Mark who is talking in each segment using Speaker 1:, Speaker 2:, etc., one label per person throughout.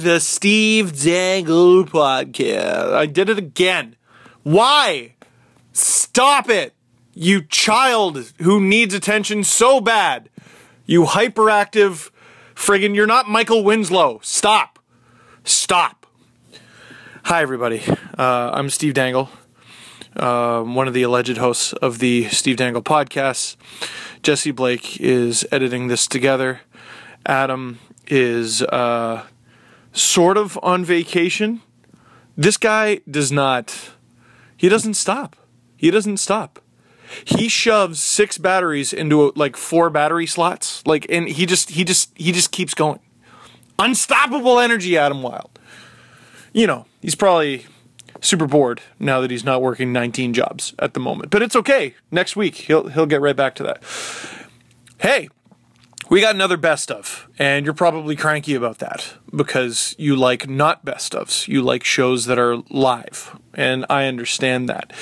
Speaker 1: the Steve Dangle podcast. I did it again. Why? Stop it, you child who needs attention so bad. You hyperactive friggin', you're not Michael Winslow. Stop. Stop. Hi, everybody. Uh, I'm Steve Dangle, um, one of the alleged hosts of the Steve Dangle podcast. Jesse Blake is editing this together. Adam is uh, sort of on vacation. This guy does not, he doesn't stop. He doesn't stop. He shoves six batteries into like four battery slots. Like, and he just, he just, he just keeps going. Unstoppable energy, Adam Wild. You know, he's probably super bored now that he's not working 19 jobs at the moment. But it's okay. Next week he'll he'll get right back to that. Hey, we got another best of, and you're probably cranky about that because you like not best ofs. You like shows that are live, and I understand that.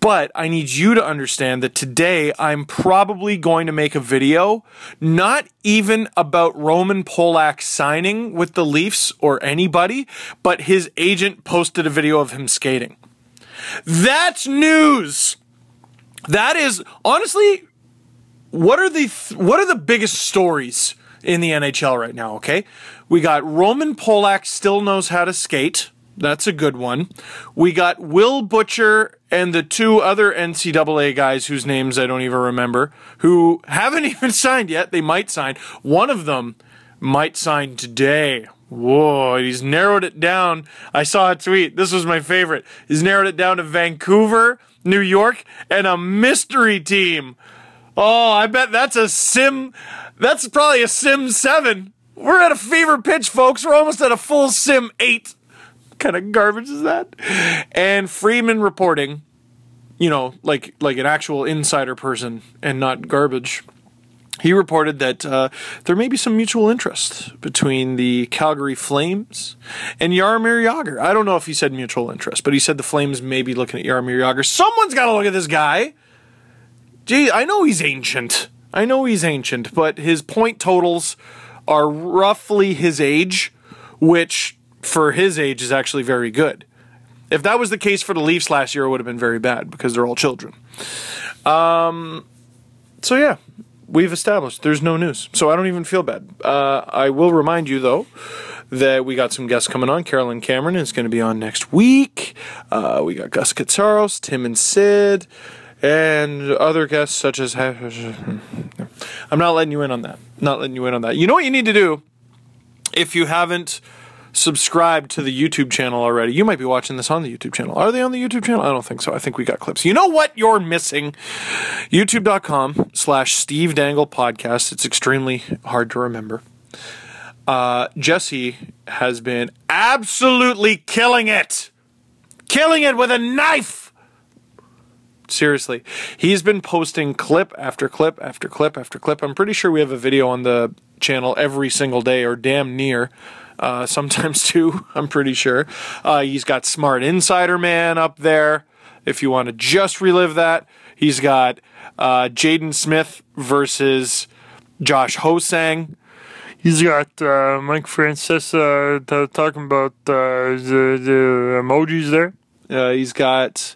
Speaker 1: But I need you to understand that today I'm probably going to make a video not even about Roman Polak signing with the Leafs or anybody, but his agent posted a video of him skating. That's news. That is honestly what are the th- what are the biggest stories in the NHL right now? Okay, we got Roman Polak still knows how to skate. That's a good one. We got Will Butcher and the two other NCAA guys whose names I don't even remember, who haven't even signed yet. They might sign. One of them might sign today. Whoa, he's narrowed it down. I saw a tweet. This was my favorite. He's narrowed it down to Vancouver, New York, and a mystery team. Oh, I bet that's a sim. That's probably a sim seven. We're at a fever pitch, folks. We're almost at a full sim eight. What kind of garbage is that? And Freeman reporting, you know, like like an actual insider person and not garbage. He reported that uh, there may be some mutual interest between the Calgary Flames and Yaromir Yager. I don't know if he said mutual interest, but he said the Flames may be looking at Yaromir Yager. Someone's got to look at this guy. Gee, I know he's ancient. I know he's ancient, but his point totals are roughly his age, which for his age is actually very good. If that was the case for the Leafs last year, it would have been very bad because they're all children. Um, so yeah, we've established there's no news, so I don't even feel bad. Uh, I will remind you though that we got some guests coming on. Carolyn Cameron is going to be on next week. Uh, we got Gus Katsaros, Tim and Sid, and other guests such as. I'm not letting you in on that. Not letting you in on that. You know what you need to do if you haven't subscribed to the YouTube channel already. You might be watching this on the YouTube channel. Are they on the YouTube channel? I don't think so. I think we got clips. You know what you're missing? YouTube.com slash Steve Dangle Podcast. It's extremely hard to remember. Uh, Jesse has been absolutely killing it. Killing it with a knife. Seriously. He's been posting clip after clip after clip after clip. I'm pretty sure we have a video on the channel every single day or damn near. Uh, sometimes two, I'm pretty sure. Uh, he's got Smart Insider Man up there if you want to just relive that. He's got uh, Jaden Smith versus Josh Hosang.
Speaker 2: He's got uh, Mike Francis uh, t- talking about uh, the, the emojis there.
Speaker 1: Uh, he's got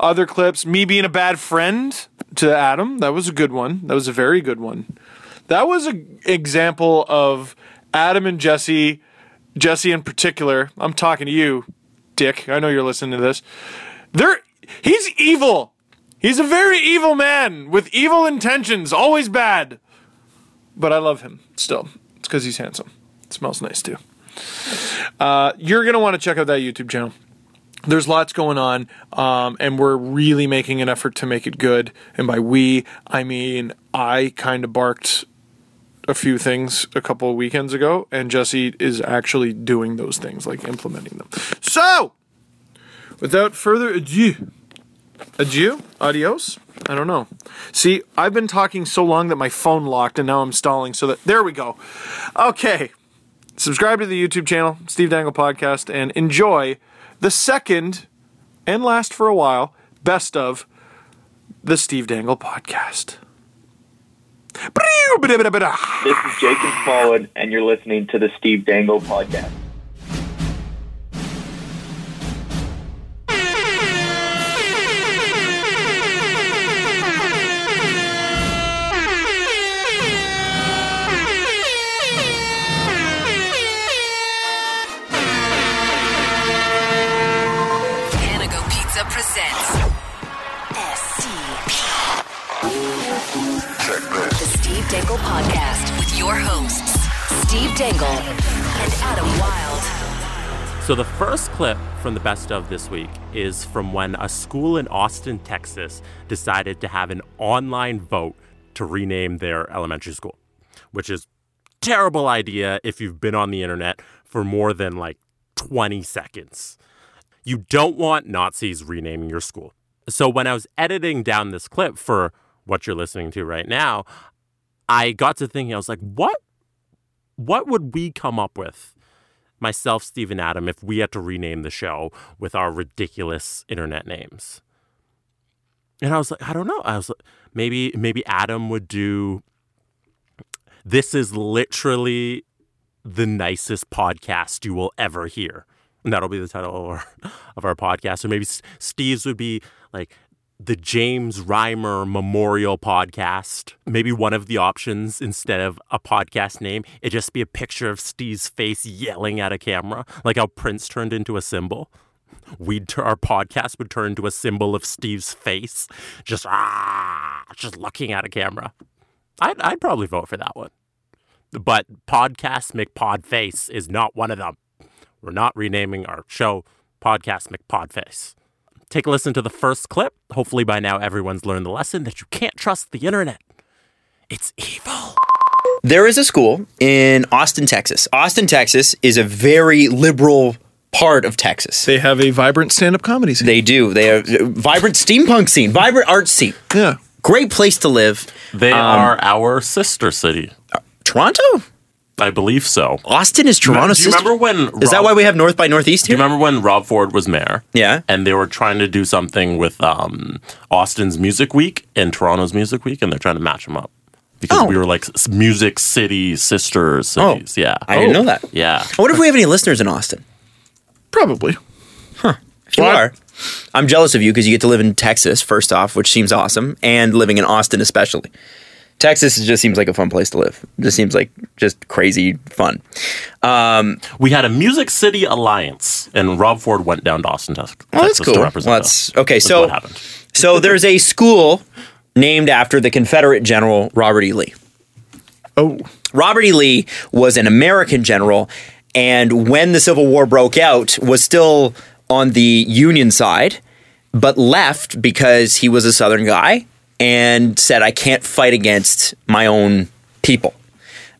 Speaker 1: other clips. Me being a bad friend to Adam. That was a good one. That was a very good one. That was an example of Adam and Jesse, Jesse in particular. I'm talking to you, Dick. I know you're listening to this. They're, he's evil. He's a very evil man with evil intentions, always bad. But I love him still. It's because he's handsome. It smells nice too. Uh, you're going to want to check out that YouTube channel there's lots going on, um, and we're really making an effort to make it good. And by we, I mean I kind of barked a few things a couple of weekends ago, and Jesse is actually doing those things, like implementing them. So, without further ado, adieu, adios. I don't know. See, I've been talking so long that my phone locked, and now I'm stalling. So that there we go. Okay subscribe to the YouTube channel, Steve Dangle Podcast, and enjoy the second and last for a while best of the Steve Dangle Podcast.
Speaker 3: This is Jacob Smallwood, and you're listening to the Steve Dangle Podcast. presents SCP. The Steve Dangle Podcast with your hosts, Steve Dangle and Adam Wilde.
Speaker 4: So, the first clip from the best of this week is from when a school in Austin, Texas decided to have an online vote to rename their elementary school, which is terrible idea if you've been on the internet for more than like 20 seconds. You don't want Nazis renaming your school. So, when I was editing down this clip for what you're listening to right now, I got to thinking, I was like, what what would we come up with, myself, Steve, and Adam, if we had to rename the show with our ridiculous internet names? And I was like, I don't know. I was like, maybe maybe Adam would do. This is literally the nicest podcast you will ever hear, and that'll be the title of our, of our podcast. Or maybe S- Steve's would be like the James Reimer Memorial Podcast. Maybe one of the options instead of a podcast name, it'd just be a picture of Steve's face yelling at a camera, like how Prince turned into a symbol. We'd tur- our podcast would turn into a symbol of Steve's face, just ah, just looking at a camera. I'd, I'd probably vote for that one. But podcast McPodface is not one of them. We're not renaming our show Podcast McPodface. Take a listen to the first clip. Hopefully, by now, everyone's learned the lesson that you can't trust the internet. It's evil.
Speaker 5: There is a school in Austin, Texas. Austin, Texas is a very liberal part of Texas.
Speaker 6: They have a vibrant stand-up comedy scene.
Speaker 5: They do. They have vibrant steampunk scene, vibrant art scene.
Speaker 6: yeah.
Speaker 5: Great place to live.
Speaker 4: They are our sister city.
Speaker 5: Toronto?
Speaker 4: I believe so.
Speaker 5: Austin is Toronto.
Speaker 4: Do you remember when?
Speaker 5: Is that why we have North by Northeast
Speaker 4: Do
Speaker 5: here?
Speaker 4: you remember when Rob Ford was mayor?
Speaker 5: Yeah.
Speaker 4: And they were trying to do something with um, Austin's Music Week and Toronto's Music Week, and they're trying to match them up because
Speaker 5: Oh.
Speaker 4: we were like s- music city sister cities. yeah.
Speaker 5: I didn't know that.
Speaker 4: Oh. Yeah.
Speaker 5: I wonder if we have any listeners in Austin.
Speaker 6: Probably.
Speaker 5: If you are, I'm jealous of you because you get to live in Texas, first off, which seems awesome, and living in Austin especially. Texas just seems like a fun place to live. Just seems like just crazy fun.
Speaker 4: We had a Music City Alliance, and Rob Ford went down to Austin, Tex- Texas,
Speaker 5: Well, Oh, that's cool.
Speaker 4: to
Speaker 5: Well,
Speaker 4: represent. us.
Speaker 5: that's okay.
Speaker 4: That's
Speaker 5: So
Speaker 4: what happened?
Speaker 5: So there's a school named after the Confederate General Robert E. Lee.
Speaker 6: Oh,
Speaker 5: Robert E. Lee was an American general, and when the Civil War broke out, was still on the Union side, but left because he was a Southern guy and said, "I can't fight against my own people."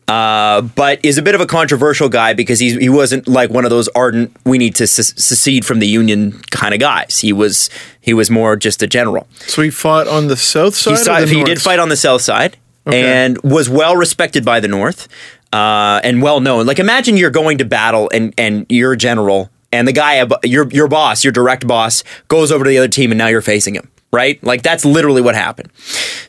Speaker 5: Uh, but is a bit of a controversial guy because he's, he wasn't like one of those ardent "we need to se- secede from the Union" kind of guys. He was he was more just a general
Speaker 6: so he fought on the south side.
Speaker 5: he, saw-
Speaker 6: or the
Speaker 5: he
Speaker 6: north?
Speaker 5: did fight on the south side
Speaker 6: Okay.
Speaker 5: and was well respected by the north uh, and well known like imagine you're going to battle and and you're a general and the guy ab- your your boss your direct boss goes over to the other team and now you're facing him right like that's literally what happened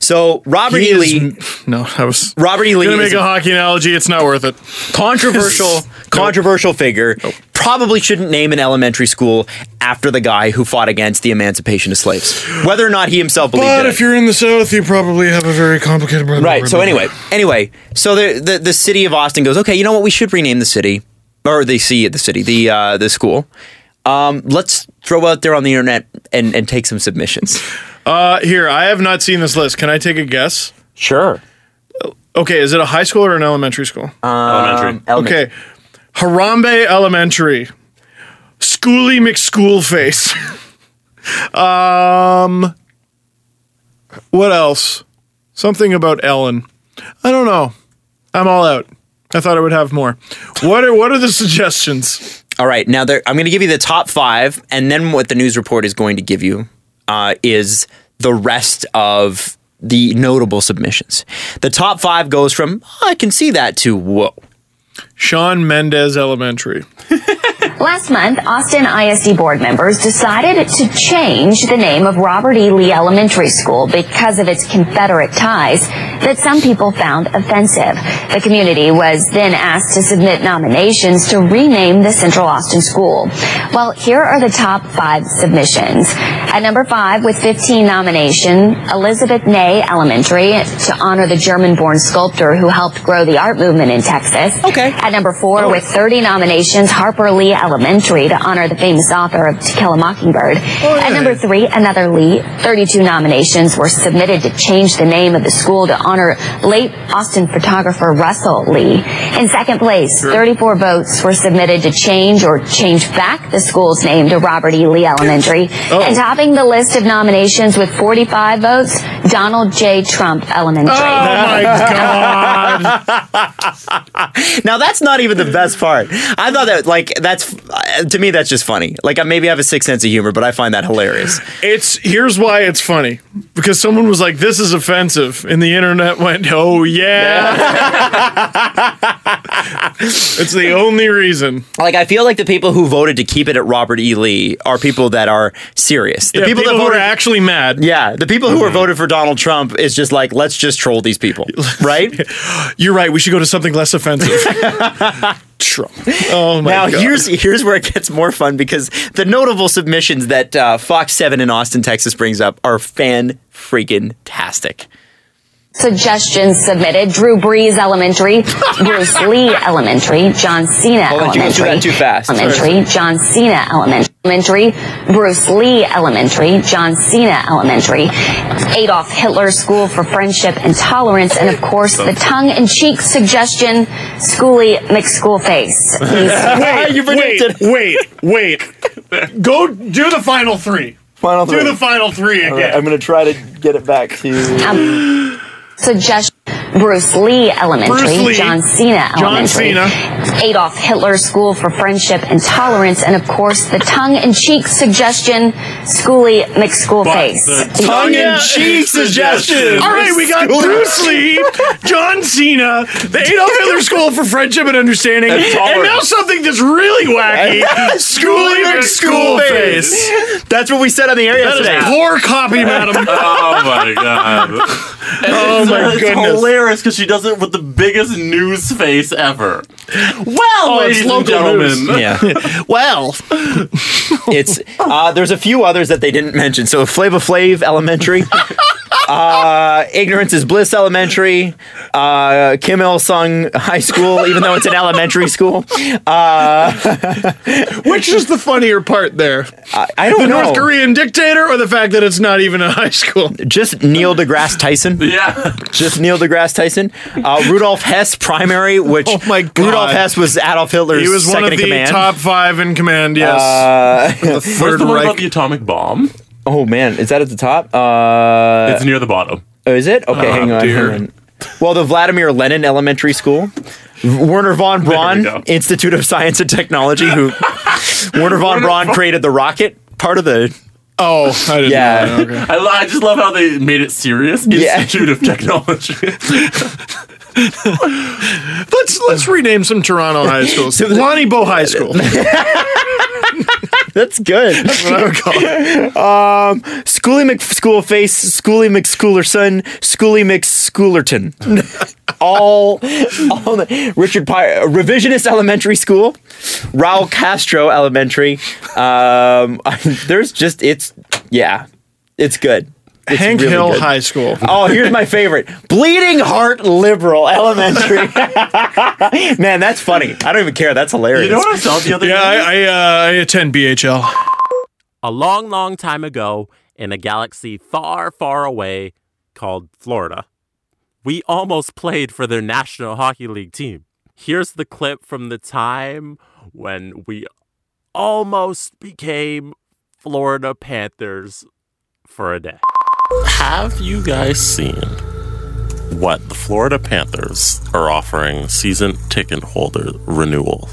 Speaker 5: so robert
Speaker 6: He
Speaker 5: e
Speaker 6: is-
Speaker 5: lee
Speaker 6: no, I was
Speaker 5: robert e lee
Speaker 6: gonna
Speaker 5: is
Speaker 6: make a hockey analogy. It's not worth it.
Speaker 5: controversial controversial figure probably shouldn't name an elementary school after the guy who fought against the emancipation of slaves whether or not he himself believed
Speaker 6: But
Speaker 5: in
Speaker 6: if
Speaker 5: it.
Speaker 6: you're in the south, you probably have a very complicated.
Speaker 5: Right. So anyway, anyway, so the, the the city of Austin goes, okay, you know what? We should rename the city, or the see the city, the uh, the school. Um, let's throw out there on the internet and and take some submissions.
Speaker 6: Uh, here, I have not seen this list. Can I take a guess?
Speaker 5: Sure.
Speaker 6: Okay, is it a high school or an elementary school?
Speaker 5: um,
Speaker 4: Elementary.
Speaker 6: okay, Harambe Elementary, Schooly McSchoolface. um, what else? Something about Ellen. I don't know. I'm all out. I thought I would have more. What are what are the suggestions?
Speaker 5: All right. Now there, I'm going to give you the top five, and then what the news report is going to give you uh, is the rest of the notable submissions. The top five goes from "Oh, I can see that to whoa.
Speaker 6: Sean Mendez Elementary.
Speaker 7: Last month, Austin ISD board members decided to change the name of Robert E. Lee Elementary School because of its Confederate ties that some people found offensive. The community was then asked to submit nominations to rename the Central Austin School. Well, here are the top five submissions. At number five, with 15 nomination, Elizabeth Ney Elementary to honor the German-born sculptor who helped grow the art movement in Texas.
Speaker 5: Okay.
Speaker 7: At number four, with 30 nominations, Harper Lee Elementary to honor the famous author of To Kill a Mockingbird. At number three, another Lee. 32 nominations were submitted to change the name of the school to honor late Austin photographer Russell Lee. In second place, 34 votes were submitted to change or change back the school's name to Robert E. Lee Elementary. And topping the list of nominations with 45 votes, Donald J. Trump Elementary.
Speaker 5: Now that's not even the best part. I thought that like that's uh, to me that's just funny. Like I maybe I have a sick sense of humor, but I find that hilarious.
Speaker 8: It's here's why it's funny because someone was like, "This is offensive," and the internet went, "Oh yeah." it's the only reason.
Speaker 5: Like I feel like the people who voted to keep it at Robert E. Lee are people that are serious. The
Speaker 8: Yeah,
Speaker 5: people, that
Speaker 8: who
Speaker 5: voted
Speaker 8: are actually mad. Mm-hmm.
Speaker 5: Yeah, the people who were voted for Donald Trump is just like, let's just troll these people, right?
Speaker 8: You're right. We should go to something less offensive. Trump. Oh my
Speaker 5: now
Speaker 8: god.
Speaker 5: here's here's where it gets more fun because the notable submissions that uh, Fox Seven in Austin, Texas, brings up are fan freaking tastic.
Speaker 7: Suggestions submitted Drew Brees Elementary, Bruce Lee Elementary, John Cena
Speaker 5: Well, did you go through
Speaker 7: Elementary.
Speaker 5: that too fast?
Speaker 7: Elementary, John Cena Elementary. Elementary, Bruce Lee Elementary, John Cena Elementary, Adolf Hitler School for Friendship and Tolerance, and of course the tongue-in-cheek suggestion, Schooly McSchoolface. He's
Speaker 5: you predicted.
Speaker 8: Wait, wait, wait. go do the final three.
Speaker 5: Final
Speaker 8: Do the final three again.
Speaker 5: gonna try to get it back to.
Speaker 7: suggestion Bruce Lee Elementary,
Speaker 8: Bruce Lee,
Speaker 7: John Cena
Speaker 8: John
Speaker 7: Elementary, Adolf Hitler School for Friendship and Tolerance, and of course the tongue-in-cheek suggestion, Schooly McSchoolface.
Speaker 8: tongue in cheek
Speaker 5: suggestion.
Speaker 8: All right, we got Bruce Lee, John Cena, the Adolf Hitler School for Friendship and Understanding, and, now something that's really wacky: schooling school face.
Speaker 5: That's what we said on the area
Speaker 8: That
Speaker 5: today.
Speaker 8: is poor copy, madam.
Speaker 4: Oh my god!
Speaker 8: Oh my
Speaker 4: it's
Speaker 8: goodness.
Speaker 4: hilarious because she does it with the biggest news face ever. Well,
Speaker 8: it's
Speaker 4: ladies and
Speaker 8: local
Speaker 4: gentlemen,
Speaker 8: news.
Speaker 5: yeah,
Speaker 8: Well,
Speaker 5: it's uh, there's a few others that they didn't mention. So Flava Flav Elementary. Uh, Ignorance is Bliss Elementary, uh, Kim Il Sung High School, even though it's an elementary school.
Speaker 8: which is the funnier part there?
Speaker 5: I don't
Speaker 8: The
Speaker 5: know.
Speaker 8: North Korean dictator or the fact that it's not even a high school?
Speaker 5: Just Neil deGrasse Tyson.
Speaker 4: yeah,
Speaker 5: Just Neil deGrasse Tyson. Uh, Rudolf Hess primary, which
Speaker 8: Oh my God.
Speaker 5: Rudolf Hess was Adolf Hitler's
Speaker 8: He was
Speaker 5: second
Speaker 8: one of
Speaker 5: in
Speaker 8: the
Speaker 5: command.
Speaker 8: top five in command, yes.
Speaker 1: Uh,
Speaker 8: the
Speaker 4: where's
Speaker 8: Third
Speaker 4: the one
Speaker 8: Reich.
Speaker 4: about the atomic bomb?
Speaker 5: Oh man, is that at the top? Uh,
Speaker 4: it's near the bottom.
Speaker 5: is it?
Speaker 8: Oh,
Speaker 5: Okay, hang on.
Speaker 4: dear.
Speaker 5: hang on. Well, the Vladimir Lenin Elementary School, Werner von Braun
Speaker 4: go.
Speaker 5: Institute of Science and Technology, who Werner von Braun created the rocket. Part of the
Speaker 8: Oh, I didn't
Speaker 5: Yeah.
Speaker 8: know. that, okay.
Speaker 4: I, li- I just love how they made it serious.
Speaker 5: Yeah.
Speaker 4: Institute of Technology.
Speaker 8: Let's let's rename some Toronto high schools. Lonnie Bo High School.
Speaker 5: that's good. Um,
Speaker 8: That's what I would call it.
Speaker 5: Schooly McSchoolface, Schooly McSchoolerson, Schooly McSchoolerton. all, all the, Richard Pye, Revisionist Elementary School, Raul Castro Elementary. Um, there's just, it's, yeah, it's good. It's
Speaker 8: Hank
Speaker 5: really
Speaker 8: Hill
Speaker 5: good.
Speaker 8: High School.
Speaker 5: Oh, here's my favorite. Bleeding Heart Liberal Elementary. Man, that's funny. I don't even care. That's hilarious.
Speaker 4: you know what I saw the other
Speaker 8: Yeah,
Speaker 4: day?
Speaker 8: I I, uh, I attend BHL.
Speaker 6: A long, long time ago, in a galaxy far, far away called Florida, we almost played for their National Hockey League team. Here's the clip from the time when we almost became Florida Panthers for a day.
Speaker 4: Have you guys seen what the Florida Panthers are offering season ticket holder renewal?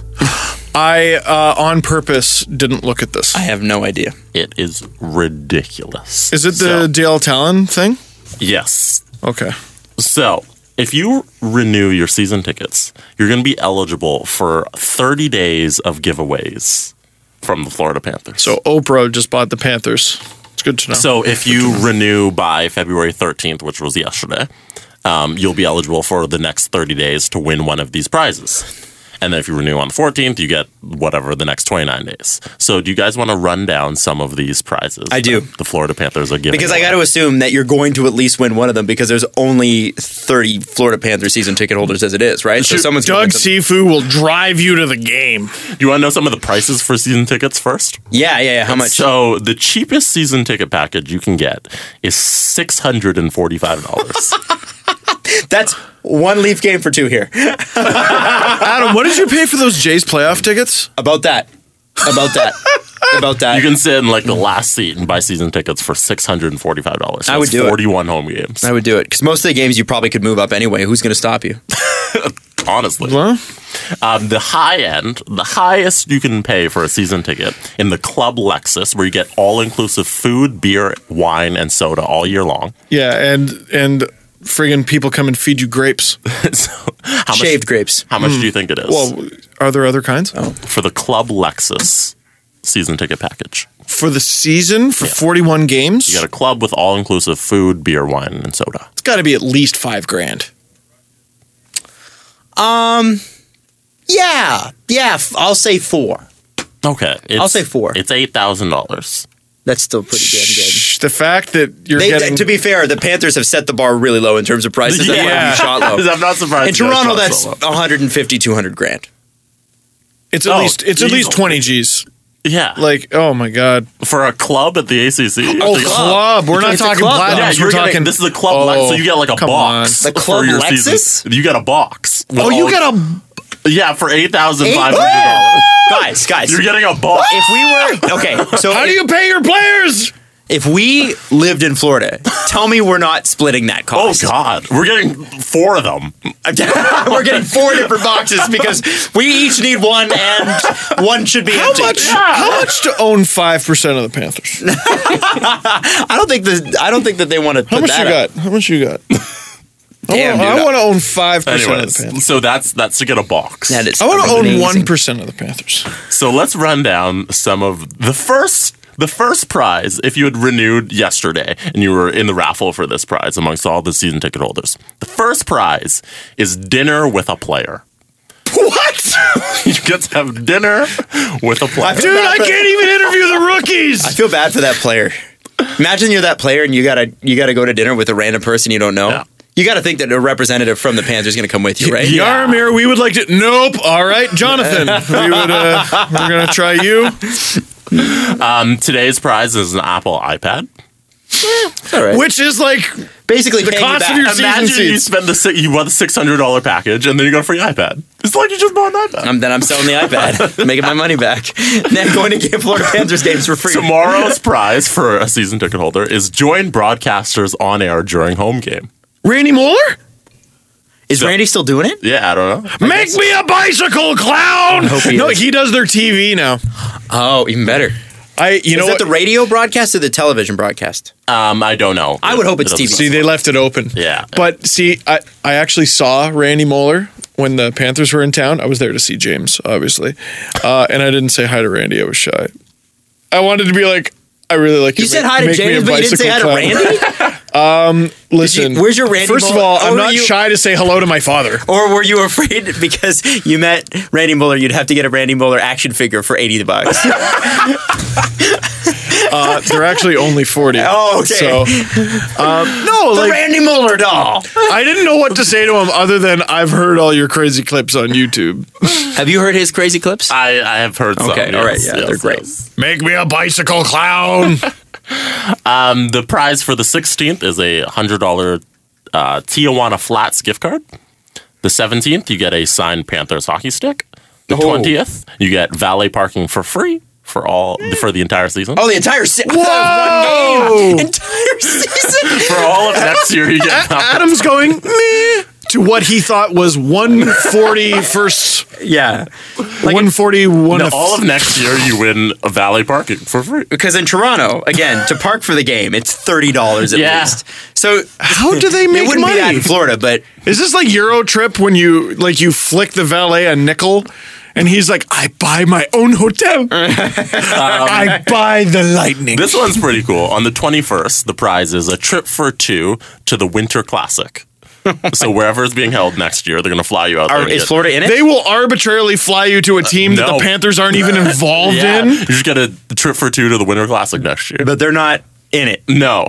Speaker 8: I uh, on purpose didn't look at this.
Speaker 5: I have no idea.
Speaker 4: It is ridiculous.
Speaker 8: Is it the Dale Talon thing?
Speaker 4: yes?
Speaker 8: Okay.
Speaker 4: So, if you renew your season tickets, you're going to be eligible for 30 days of giveaways from the Florida Panthers.
Speaker 8: So
Speaker 5: oh,
Speaker 8: Oprah just bought the Panthers. It's good to know.
Speaker 4: So if you renew by February 13th, which was yesterday, um, you'll be eligible for the next 30 days to win one of these prizes. And then if you renew on the 14th, you get whatever the next 29 days. So do you guys want to run down some of these prizes?
Speaker 5: I do.
Speaker 4: that The Florida Panthers are giving.
Speaker 5: Because I got to
Speaker 4: away?
Speaker 5: assume that you're going to at least win one of them because there's only 30 Florida Panther season ticket holders as it is, right? So someone's gonna
Speaker 1: Doug
Speaker 5: win some-
Speaker 1: Sifu will drive you to the game.
Speaker 4: Do you want to know some of the prices for season tickets first?
Speaker 5: Yeah, yeah, yeah. How much?
Speaker 4: So the cheapest season ticket package you can get is six hundred and forty-five dollars.
Speaker 5: That's one Leaf game for two here.
Speaker 1: Adam, what did you pay for those Jays playoff tickets?
Speaker 5: About that. About that. About that.
Speaker 4: you can sit in like the last seat and buy season tickets for six hundred and forty-five dollars.
Speaker 5: I would do it.
Speaker 4: forty-one home games.
Speaker 5: I would do it because most of the games you probably could move up anyway. Who's going to stop you?
Speaker 4: honestly, um, the high end, the highest you can pay for a season ticket in the Club Lexus, where you get all-inclusive food, beer, wine, and soda all year long.
Speaker 1: Yeah, and and friggin' people come and feed you grapes.
Speaker 4: so how
Speaker 5: Shaved Mm.
Speaker 4: much?
Speaker 5: grapes.
Speaker 4: How much do you think it is
Speaker 1: Well, are there other kinds?
Speaker 4: for the Club Lexus season ticket package?
Speaker 1: For the season, for 41 games,
Speaker 4: You got a club with all inclusive food, beer, wine, and soda.
Speaker 1: it's got to be at least five grand.
Speaker 5: Yeah, yeah. f- I'll say four.
Speaker 4: Okay. It's,
Speaker 5: I'll say four.
Speaker 4: It's $8,000.
Speaker 5: That's still pretty damn good.
Speaker 1: Shh, The fact that you're
Speaker 5: They,
Speaker 1: getting
Speaker 5: to be fair, the Panthers have set the bar really low in terms of prices. That's why
Speaker 4: Yeah.
Speaker 5: we shot low.
Speaker 4: I'm not surprised.
Speaker 5: In
Speaker 4: you guys
Speaker 5: Toronto,
Speaker 4: shot
Speaker 5: that's
Speaker 4: so low.
Speaker 5: 150, 200 grand.
Speaker 1: it's at
Speaker 4: Oh,
Speaker 1: least it's at
Speaker 4: easily.
Speaker 1: least 20 G's.
Speaker 4: Yeah.
Speaker 1: Like, oh my god.
Speaker 4: for a club at the ACC.
Speaker 1: Oh,
Speaker 4: the-
Speaker 1: club. We're not
Speaker 5: It's a
Speaker 1: talking
Speaker 5: club,
Speaker 1: platinums.
Speaker 4: Yeah, you're
Speaker 1: We're
Speaker 4: getting,
Speaker 1: talking.
Speaker 4: this is a club
Speaker 1: Oh,
Speaker 4: Lexus, so you get like a
Speaker 1: come
Speaker 4: box.
Speaker 1: on.
Speaker 5: The Club
Speaker 4: for your
Speaker 5: Lexus?
Speaker 4: season. You get a box. with
Speaker 1: Oh, you
Speaker 4: all-
Speaker 1: got a.
Speaker 4: yeah for eight thousand five hundred dollars.
Speaker 5: Guys, guys.
Speaker 4: You're getting a box.
Speaker 5: if we were okay, so
Speaker 1: How do you pay your players?
Speaker 5: if we lived in Florida, tell me we're not splitting that
Speaker 4: Oh
Speaker 5: cost.
Speaker 4: God, we're getting four of them.
Speaker 5: We're getting four different boxes because we each need one, and one should be
Speaker 1: How
Speaker 5: empty.
Speaker 1: much? How much to own five percent of the Panthers?
Speaker 5: I don't think the I don't think that they want to.
Speaker 1: How much you got? How much you got?
Speaker 5: Damn,
Speaker 1: I
Speaker 5: dude.
Speaker 1: want to own five percent of the
Speaker 4: Anyways,
Speaker 1: Panthers.
Speaker 4: so that's that's to get a box.
Speaker 5: That is
Speaker 1: I want to own
Speaker 5: amazing.
Speaker 1: one percent of the Panthers.
Speaker 4: So let's run down some of the first the first prize if you had renewed yesterday and you were in the raffle for this prize amongst all the season ticket holders. The first prize is dinner with a player.
Speaker 1: What,
Speaker 4: You get to have dinner with a player.
Speaker 1: dude? I can't even interview the rookies.
Speaker 5: I feel bad for that player. Imagine you're that player and you gotta you gotta go to dinner with a random person you don't know.
Speaker 4: Yeah.
Speaker 5: You gotta think that a representative from the Panthers is gonna come with you, right?
Speaker 1: Yaramir, we would like to. Nope. All right, Jonathan. We would. Uh, we're gonna try you.
Speaker 4: Um, today's prize is an Apple iPad.
Speaker 5: All right.
Speaker 1: Which is like
Speaker 5: basically
Speaker 1: the
Speaker 5: paying
Speaker 1: cost
Speaker 5: you
Speaker 1: of your
Speaker 5: back.
Speaker 1: season
Speaker 4: Imagine you
Speaker 1: seats.
Speaker 4: spend the si- you want the six hundred dollar package and then you go for your iPad. It's like you just bought an iPad.
Speaker 5: I'm, Um, then I'm selling the iPad, making my money back. Then going to get Florida Panthers games for free.
Speaker 4: Tomorrow's prize for a season ticket holder is join broadcasters on air during home game.
Speaker 1: Randy Moeller.
Speaker 5: Is Randy still doing it?
Speaker 4: Yeah, I don't know.
Speaker 1: Make me a bicycle clown.
Speaker 5: hope he
Speaker 1: no,
Speaker 5: is.
Speaker 1: he does their TV now.
Speaker 5: Oh, even better.
Speaker 1: I, you know,
Speaker 5: Is
Speaker 1: what?
Speaker 5: that the radio broadcast or the television broadcast?
Speaker 4: Um, I don't know.
Speaker 5: I would hope it's
Speaker 4: doesn't
Speaker 5: TV.
Speaker 1: See, they left it open.
Speaker 4: Yeah.
Speaker 1: But see, I, I actually saw Randy Moeller when the Panthers were in town. I was there to see James, obviously. Uh, and I didn't say hi to Randy. I was shy. I wanted to be like, I really like
Speaker 5: You
Speaker 1: it.
Speaker 5: said
Speaker 1: Make-
Speaker 5: hi to
Speaker 1: make me a
Speaker 5: James, but you didn't say hi to
Speaker 1: bicycle clown. Um,
Speaker 5: Randy?
Speaker 1: Listen,
Speaker 5: where's your Randy
Speaker 1: First of
Speaker 5: Moeller?
Speaker 1: all,
Speaker 5: Oh,
Speaker 1: I'm not
Speaker 5: you-
Speaker 1: shy to say hello to my father.
Speaker 5: Or were you afraid because you met Randy Muller, you'd have to get a Randy Muller action figure for 80 bucks?
Speaker 1: Uh, they're actually only 40.
Speaker 5: Oh, okay.
Speaker 1: So, um, no, like,
Speaker 5: Randy Muller doll.
Speaker 1: I didn't know what to say to him other than I've heard all your crazy clips on YouTube.
Speaker 5: Have you heard his crazy clips?
Speaker 4: I, I have heard some.
Speaker 5: Okay, all right, yeah, they're great.
Speaker 1: Make me a bicycle clown.
Speaker 4: Um, the prize for the 16th is a $100 uh, Tijuana Flats gift card. The 17th, you get a signed Panthers hockey stick. The 20th, you get valet parking for free for all for the entire season.
Speaker 5: Oh, the entire se-
Speaker 1: Whoa!
Speaker 5: entire season.
Speaker 4: For all of next year, you get
Speaker 1: Adam's going meh to what he thought was 140 first,
Speaker 5: yeah,
Speaker 1: 141.
Speaker 4: no, all of next year you win a valet parking for free.
Speaker 5: because in Toronto, again, to park for the game, it's thirty dollars at
Speaker 4: Yeah.
Speaker 5: least. So
Speaker 1: How do they
Speaker 5: it
Speaker 1: make
Speaker 5: wouldn't be that
Speaker 1: money?
Speaker 5: in Florida, but
Speaker 1: Is this like Euro Trip when you like you flick the valet a nickel? And he's like, I buy my own hotel.
Speaker 5: Um,
Speaker 1: I buy the lightning.
Speaker 4: This one's pretty cool. On the 21st, the prize is a trip for two to the Winter Classic. so wherever it's being held next year, they're going to fly you out there.
Speaker 5: Are,
Speaker 4: and
Speaker 5: is
Speaker 4: get-
Speaker 5: Florida in it?
Speaker 1: They will arbitrarily fly you to a team that
Speaker 4: no.
Speaker 1: the Panthers aren't even involved
Speaker 4: Yeah,
Speaker 1: in.
Speaker 4: you just get a trip for two to the Winter Classic next year.
Speaker 5: but they're not in it.
Speaker 4: no,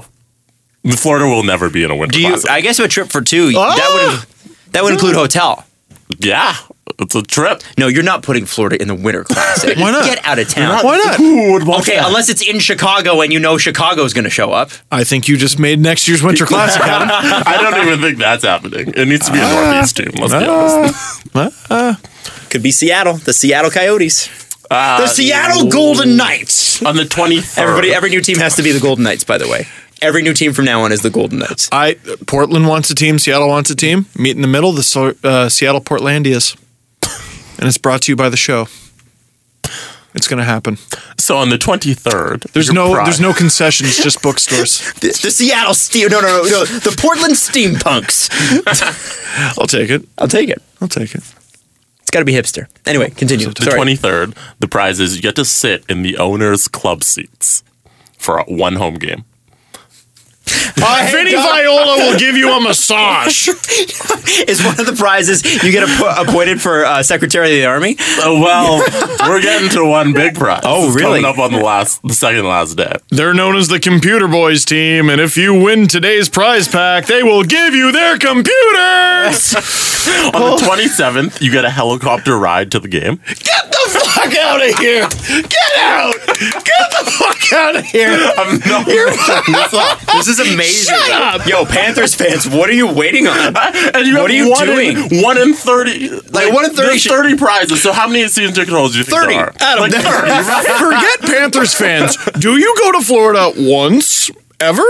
Speaker 4: Florida will never be in a Winter
Speaker 5: Do you?
Speaker 4: Classic.
Speaker 5: I guess a trip for two that would that would include hotel.
Speaker 4: yeah, it's a trip.
Speaker 5: No, you're not putting Florida in the Winter Classic.
Speaker 1: Why not?
Speaker 5: Get out of town.
Speaker 1: Why not?
Speaker 4: Who would watch
Speaker 5: Okay,
Speaker 4: that?
Speaker 5: unless it's in Chicago and you know Chicago's going to show up.
Speaker 1: I think you just made next year's Winter Classic. Adam.
Speaker 4: I don't even think that's happening. It needs to be a Northeast team. Let's be honest.
Speaker 5: Could be Seattle, the Seattle Coyotes, the Seattle Golden Knights.
Speaker 4: On the twenty third,
Speaker 5: Everybody, every new team has to be the Golden Knights. By the way, every new team from now on is the Golden Knights.
Speaker 1: I Portland wants a team. Seattle wants a team. Meet in the middle. The Sor- uh, Seattle Portlandias, and it's brought to you by the show. It's gonna happen.
Speaker 4: So on the twenty third,
Speaker 1: There's no there's no concessions, just bookstores.
Speaker 5: The, the Seattle Steam, no, no, no, no, the Portland Steampunks.
Speaker 1: I'll take it.
Speaker 5: I'll take it.
Speaker 1: I'll take it.
Speaker 5: It's got to be hipster. Anyway, continue.
Speaker 4: The
Speaker 5: Sorry.
Speaker 4: twenty third, the prize is you get to sit in the owners' club seats for one home game.
Speaker 1: Vinny Viola will give you a massage.
Speaker 5: is one of the prizes you get appo- appointed for uh, Secretary of the Army.
Speaker 4: Oh well, we're getting to one big prize.
Speaker 5: Oh,
Speaker 4: It's
Speaker 5: really?
Speaker 4: Coming up on the last, the second last day.
Speaker 1: They're known as the Computer Boys team, and if you win today's prize pack, they will give you their computers.
Speaker 4: On the twenty seventh, you get a helicopter ride to the game.
Speaker 1: Get the fuck out of here! Get out! Get the fuck out of here!
Speaker 4: I'm not
Speaker 5: This is amazing. Yo, Panthers fans, what are you waiting on?
Speaker 4: And you have
Speaker 5: What are you
Speaker 4: one In, one in thirty, like,
Speaker 5: one in 30
Speaker 4: There's
Speaker 5: should-
Speaker 4: thirty prizes. So how many season ticket holders do you think
Speaker 5: 30.
Speaker 4: there are?
Speaker 5: Adam,
Speaker 4: like
Speaker 5: that-
Speaker 4: thirty. right?
Speaker 1: Forget Panthers fans. Do you go to Florida once ever?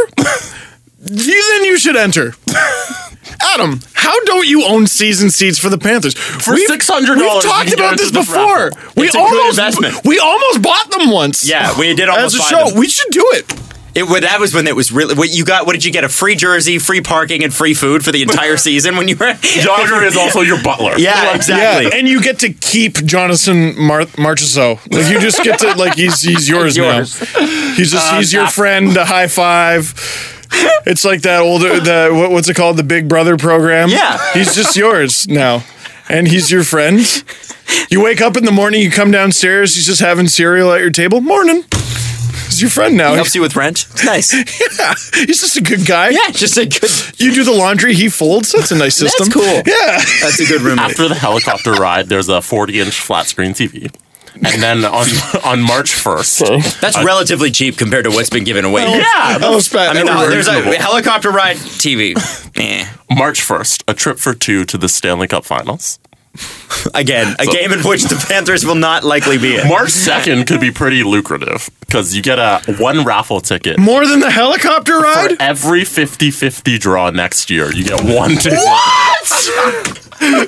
Speaker 1: then you should enter. Adam, how don't you own season seats for the Panthers? For
Speaker 4: $600
Speaker 1: We've
Speaker 4: you
Speaker 1: talked
Speaker 4: can
Speaker 1: about
Speaker 4: guarantee
Speaker 1: this
Speaker 4: the
Speaker 1: before.
Speaker 4: raffle.
Speaker 1: We
Speaker 5: It's a good
Speaker 1: almost
Speaker 5: investment.
Speaker 1: we almost bought them once.
Speaker 5: Yeah, we did
Speaker 1: As
Speaker 5: almost
Speaker 1: a
Speaker 5: buy
Speaker 1: show,
Speaker 5: them.
Speaker 1: we should do it.
Speaker 5: It, well, that was when it was really. What you got? What did you get? A free jersey, free parking, and free food for the entire season when you were.
Speaker 4: Jogger is also your butler.
Speaker 5: yeah, exactly.
Speaker 1: and you get to keep Jonathan Mar- Marchessault. Like you just get to like he's he's yours,
Speaker 5: Yours. Uh,
Speaker 1: now. He's just he's your friend. A high five. It's like that older the what, what's it called the Big Brother program.
Speaker 5: Yeah.
Speaker 1: he's just yours now, and he's your friend. You wake up in the morning, you come downstairs, he's just having cereal at your table. Morning. He's your friend now.
Speaker 5: Helps you with rent. It's nice.
Speaker 1: He's just a good guy.
Speaker 5: Yeah, just a good.
Speaker 1: You do the laundry, he folds. That's a nice system.
Speaker 5: cool.
Speaker 1: Yeah.
Speaker 5: That's a good roommate.
Speaker 4: After the helicopter ride, there's a 40 inch flat screen TV. And then on on March 1st,
Speaker 5: That's
Speaker 1: Uh,
Speaker 5: relatively cheap compared to what's been given away.
Speaker 4: yeah,
Speaker 1: Oh, Spat.
Speaker 5: I mean, uh,
Speaker 1: everywhere.
Speaker 5: there's a helicopter ride TV. Eh.
Speaker 4: March 1st, a trip for two to the Stanley Cup Finals.
Speaker 5: Again, a game in which the Panthers will not likely be in.
Speaker 4: March 2nd could be pretty lucrative because you get a one raffle ticket.
Speaker 1: more than the helicopter
Speaker 4: For
Speaker 1: ride.
Speaker 4: every 50 50 draw next year, you get one ticket.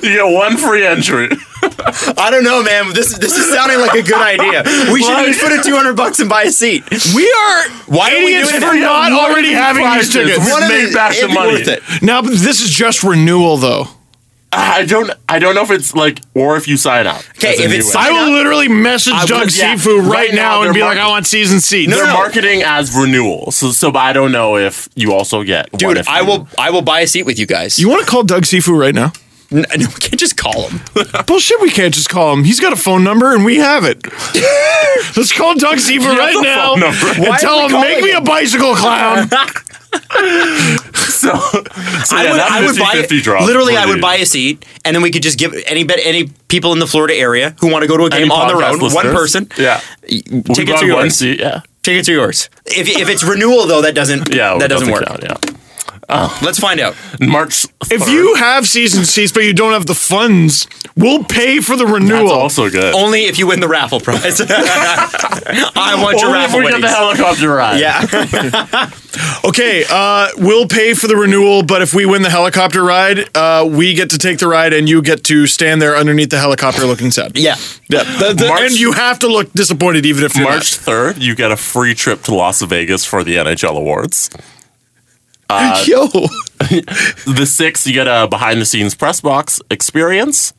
Speaker 4: you get one free entry.
Speaker 5: I don't know, man. This this is sounding like a good idea. We should each put in two hundred bucks and buy a seat.
Speaker 1: We are
Speaker 5: Why don't we
Speaker 1: idiots
Speaker 5: do it
Speaker 1: for
Speaker 5: now?
Speaker 1: not
Speaker 4: One of
Speaker 1: already
Speaker 4: these
Speaker 1: having
Speaker 4: prizes.
Speaker 1: these tickets.
Speaker 4: One of
Speaker 1: Made
Speaker 4: these- back the
Speaker 5: it'd be
Speaker 4: money.
Speaker 5: worth it.
Speaker 1: Now, but this is just renewal, though.
Speaker 4: I don't I don't know if it's like, or if you sign up.
Speaker 5: Okay,
Speaker 4: as a
Speaker 5: if
Speaker 4: new
Speaker 5: it's
Speaker 1: I
Speaker 4: entry.
Speaker 1: will literally message
Speaker 4: I
Speaker 1: Doug
Speaker 4: would- yeah.
Speaker 1: Sifu right,
Speaker 4: Right
Speaker 1: now
Speaker 4: now,
Speaker 1: and
Speaker 4: they're
Speaker 1: be
Speaker 4: mark-
Speaker 1: like, "I want season seats."
Speaker 4: They're marketing as renewal, so so I don't know if you also get. one
Speaker 5: Dude,
Speaker 4: if
Speaker 5: I
Speaker 4: you-
Speaker 5: will I will buy a seat with you guys.
Speaker 1: You want to call Doug Sifu right now?
Speaker 5: N- no, we can't just call him.
Speaker 1: Bullshit, we can't just call him. He's got a phone number and we have it. Let's call Doug Sifu right
Speaker 4: has a
Speaker 1: now
Speaker 4: phone number.
Speaker 1: and
Speaker 5: Why are we
Speaker 1: tell him,
Speaker 5: calling
Speaker 1: "Make me a
Speaker 5: him?"
Speaker 1: bicycle clown."
Speaker 4: So, so
Speaker 5: I
Speaker 4: yeah,
Speaker 5: would,
Speaker 4: that
Speaker 5: I would
Speaker 4: 50
Speaker 5: buy
Speaker 4: 50 draw
Speaker 5: literally I
Speaker 4: for
Speaker 5: would
Speaker 4: the-
Speaker 5: buy a seat and then we could just give any bet any people in the Florida area who want to go to a
Speaker 4: any
Speaker 5: game on their
Speaker 4: podcast
Speaker 5: own, one
Speaker 4: listeners.
Speaker 5: person.
Speaker 4: Yeah, We
Speaker 5: Tickets
Speaker 4: buy
Speaker 5: are
Speaker 4: one
Speaker 5: yours.
Speaker 4: seat, Yeah,
Speaker 5: Tickets are yours. If, if it's renewal though, that doesn't
Speaker 4: yeah,
Speaker 5: that
Speaker 4: it
Speaker 5: doesn't work.
Speaker 4: count,
Speaker 5: Let's find out.
Speaker 4: yeah, March.
Speaker 1: if you have season seats but you don't have the funds, we'll pay for the renewal.
Speaker 4: that's also good.
Speaker 5: Only if you win the raffle prize. I want your
Speaker 4: Only if
Speaker 5: raffle
Speaker 4: we get the
Speaker 5: winnings.
Speaker 4: helicopter ride.
Speaker 5: Yeah.
Speaker 1: Okay, uh, we'll pay for the renewal, but if we win the helicopter ride, uh, we get to take the ride, and you get to stand there underneath the helicopter looking sad.
Speaker 5: Yeah.
Speaker 1: yeah. The- the-
Speaker 4: March-
Speaker 1: and you have to look disappointed, even if you're
Speaker 4: March third, you get a free trip to Las Vegas for the NHL awards. Uh,
Speaker 1: not. Yo,
Speaker 4: The sixth, you get a behind the scenes press box experience.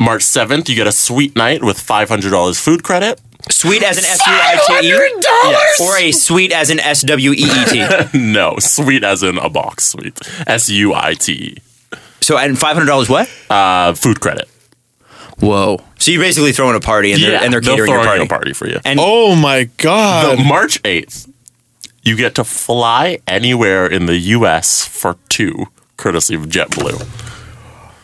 Speaker 4: March seventh, you get a sweet night with five hundred dollars food credit.
Speaker 5: Sweet as an S U I T E. Or a sweet as an S W E E T.
Speaker 4: No, sweet as in a box sweet. S U I T E.
Speaker 5: So and five hundred dollars what?
Speaker 4: Uh, food credit.
Speaker 5: Whoa! So you're basically throwing a party and they're and they're
Speaker 4: They'll
Speaker 5: catering
Speaker 4: throw
Speaker 5: your
Speaker 4: in
Speaker 5: party.
Speaker 4: a party for you.
Speaker 5: And
Speaker 8: Oh my
Speaker 4: The
Speaker 8: god.
Speaker 4: March 8th, you get to fly anywhere in the US for two, courtesy of JetBlue.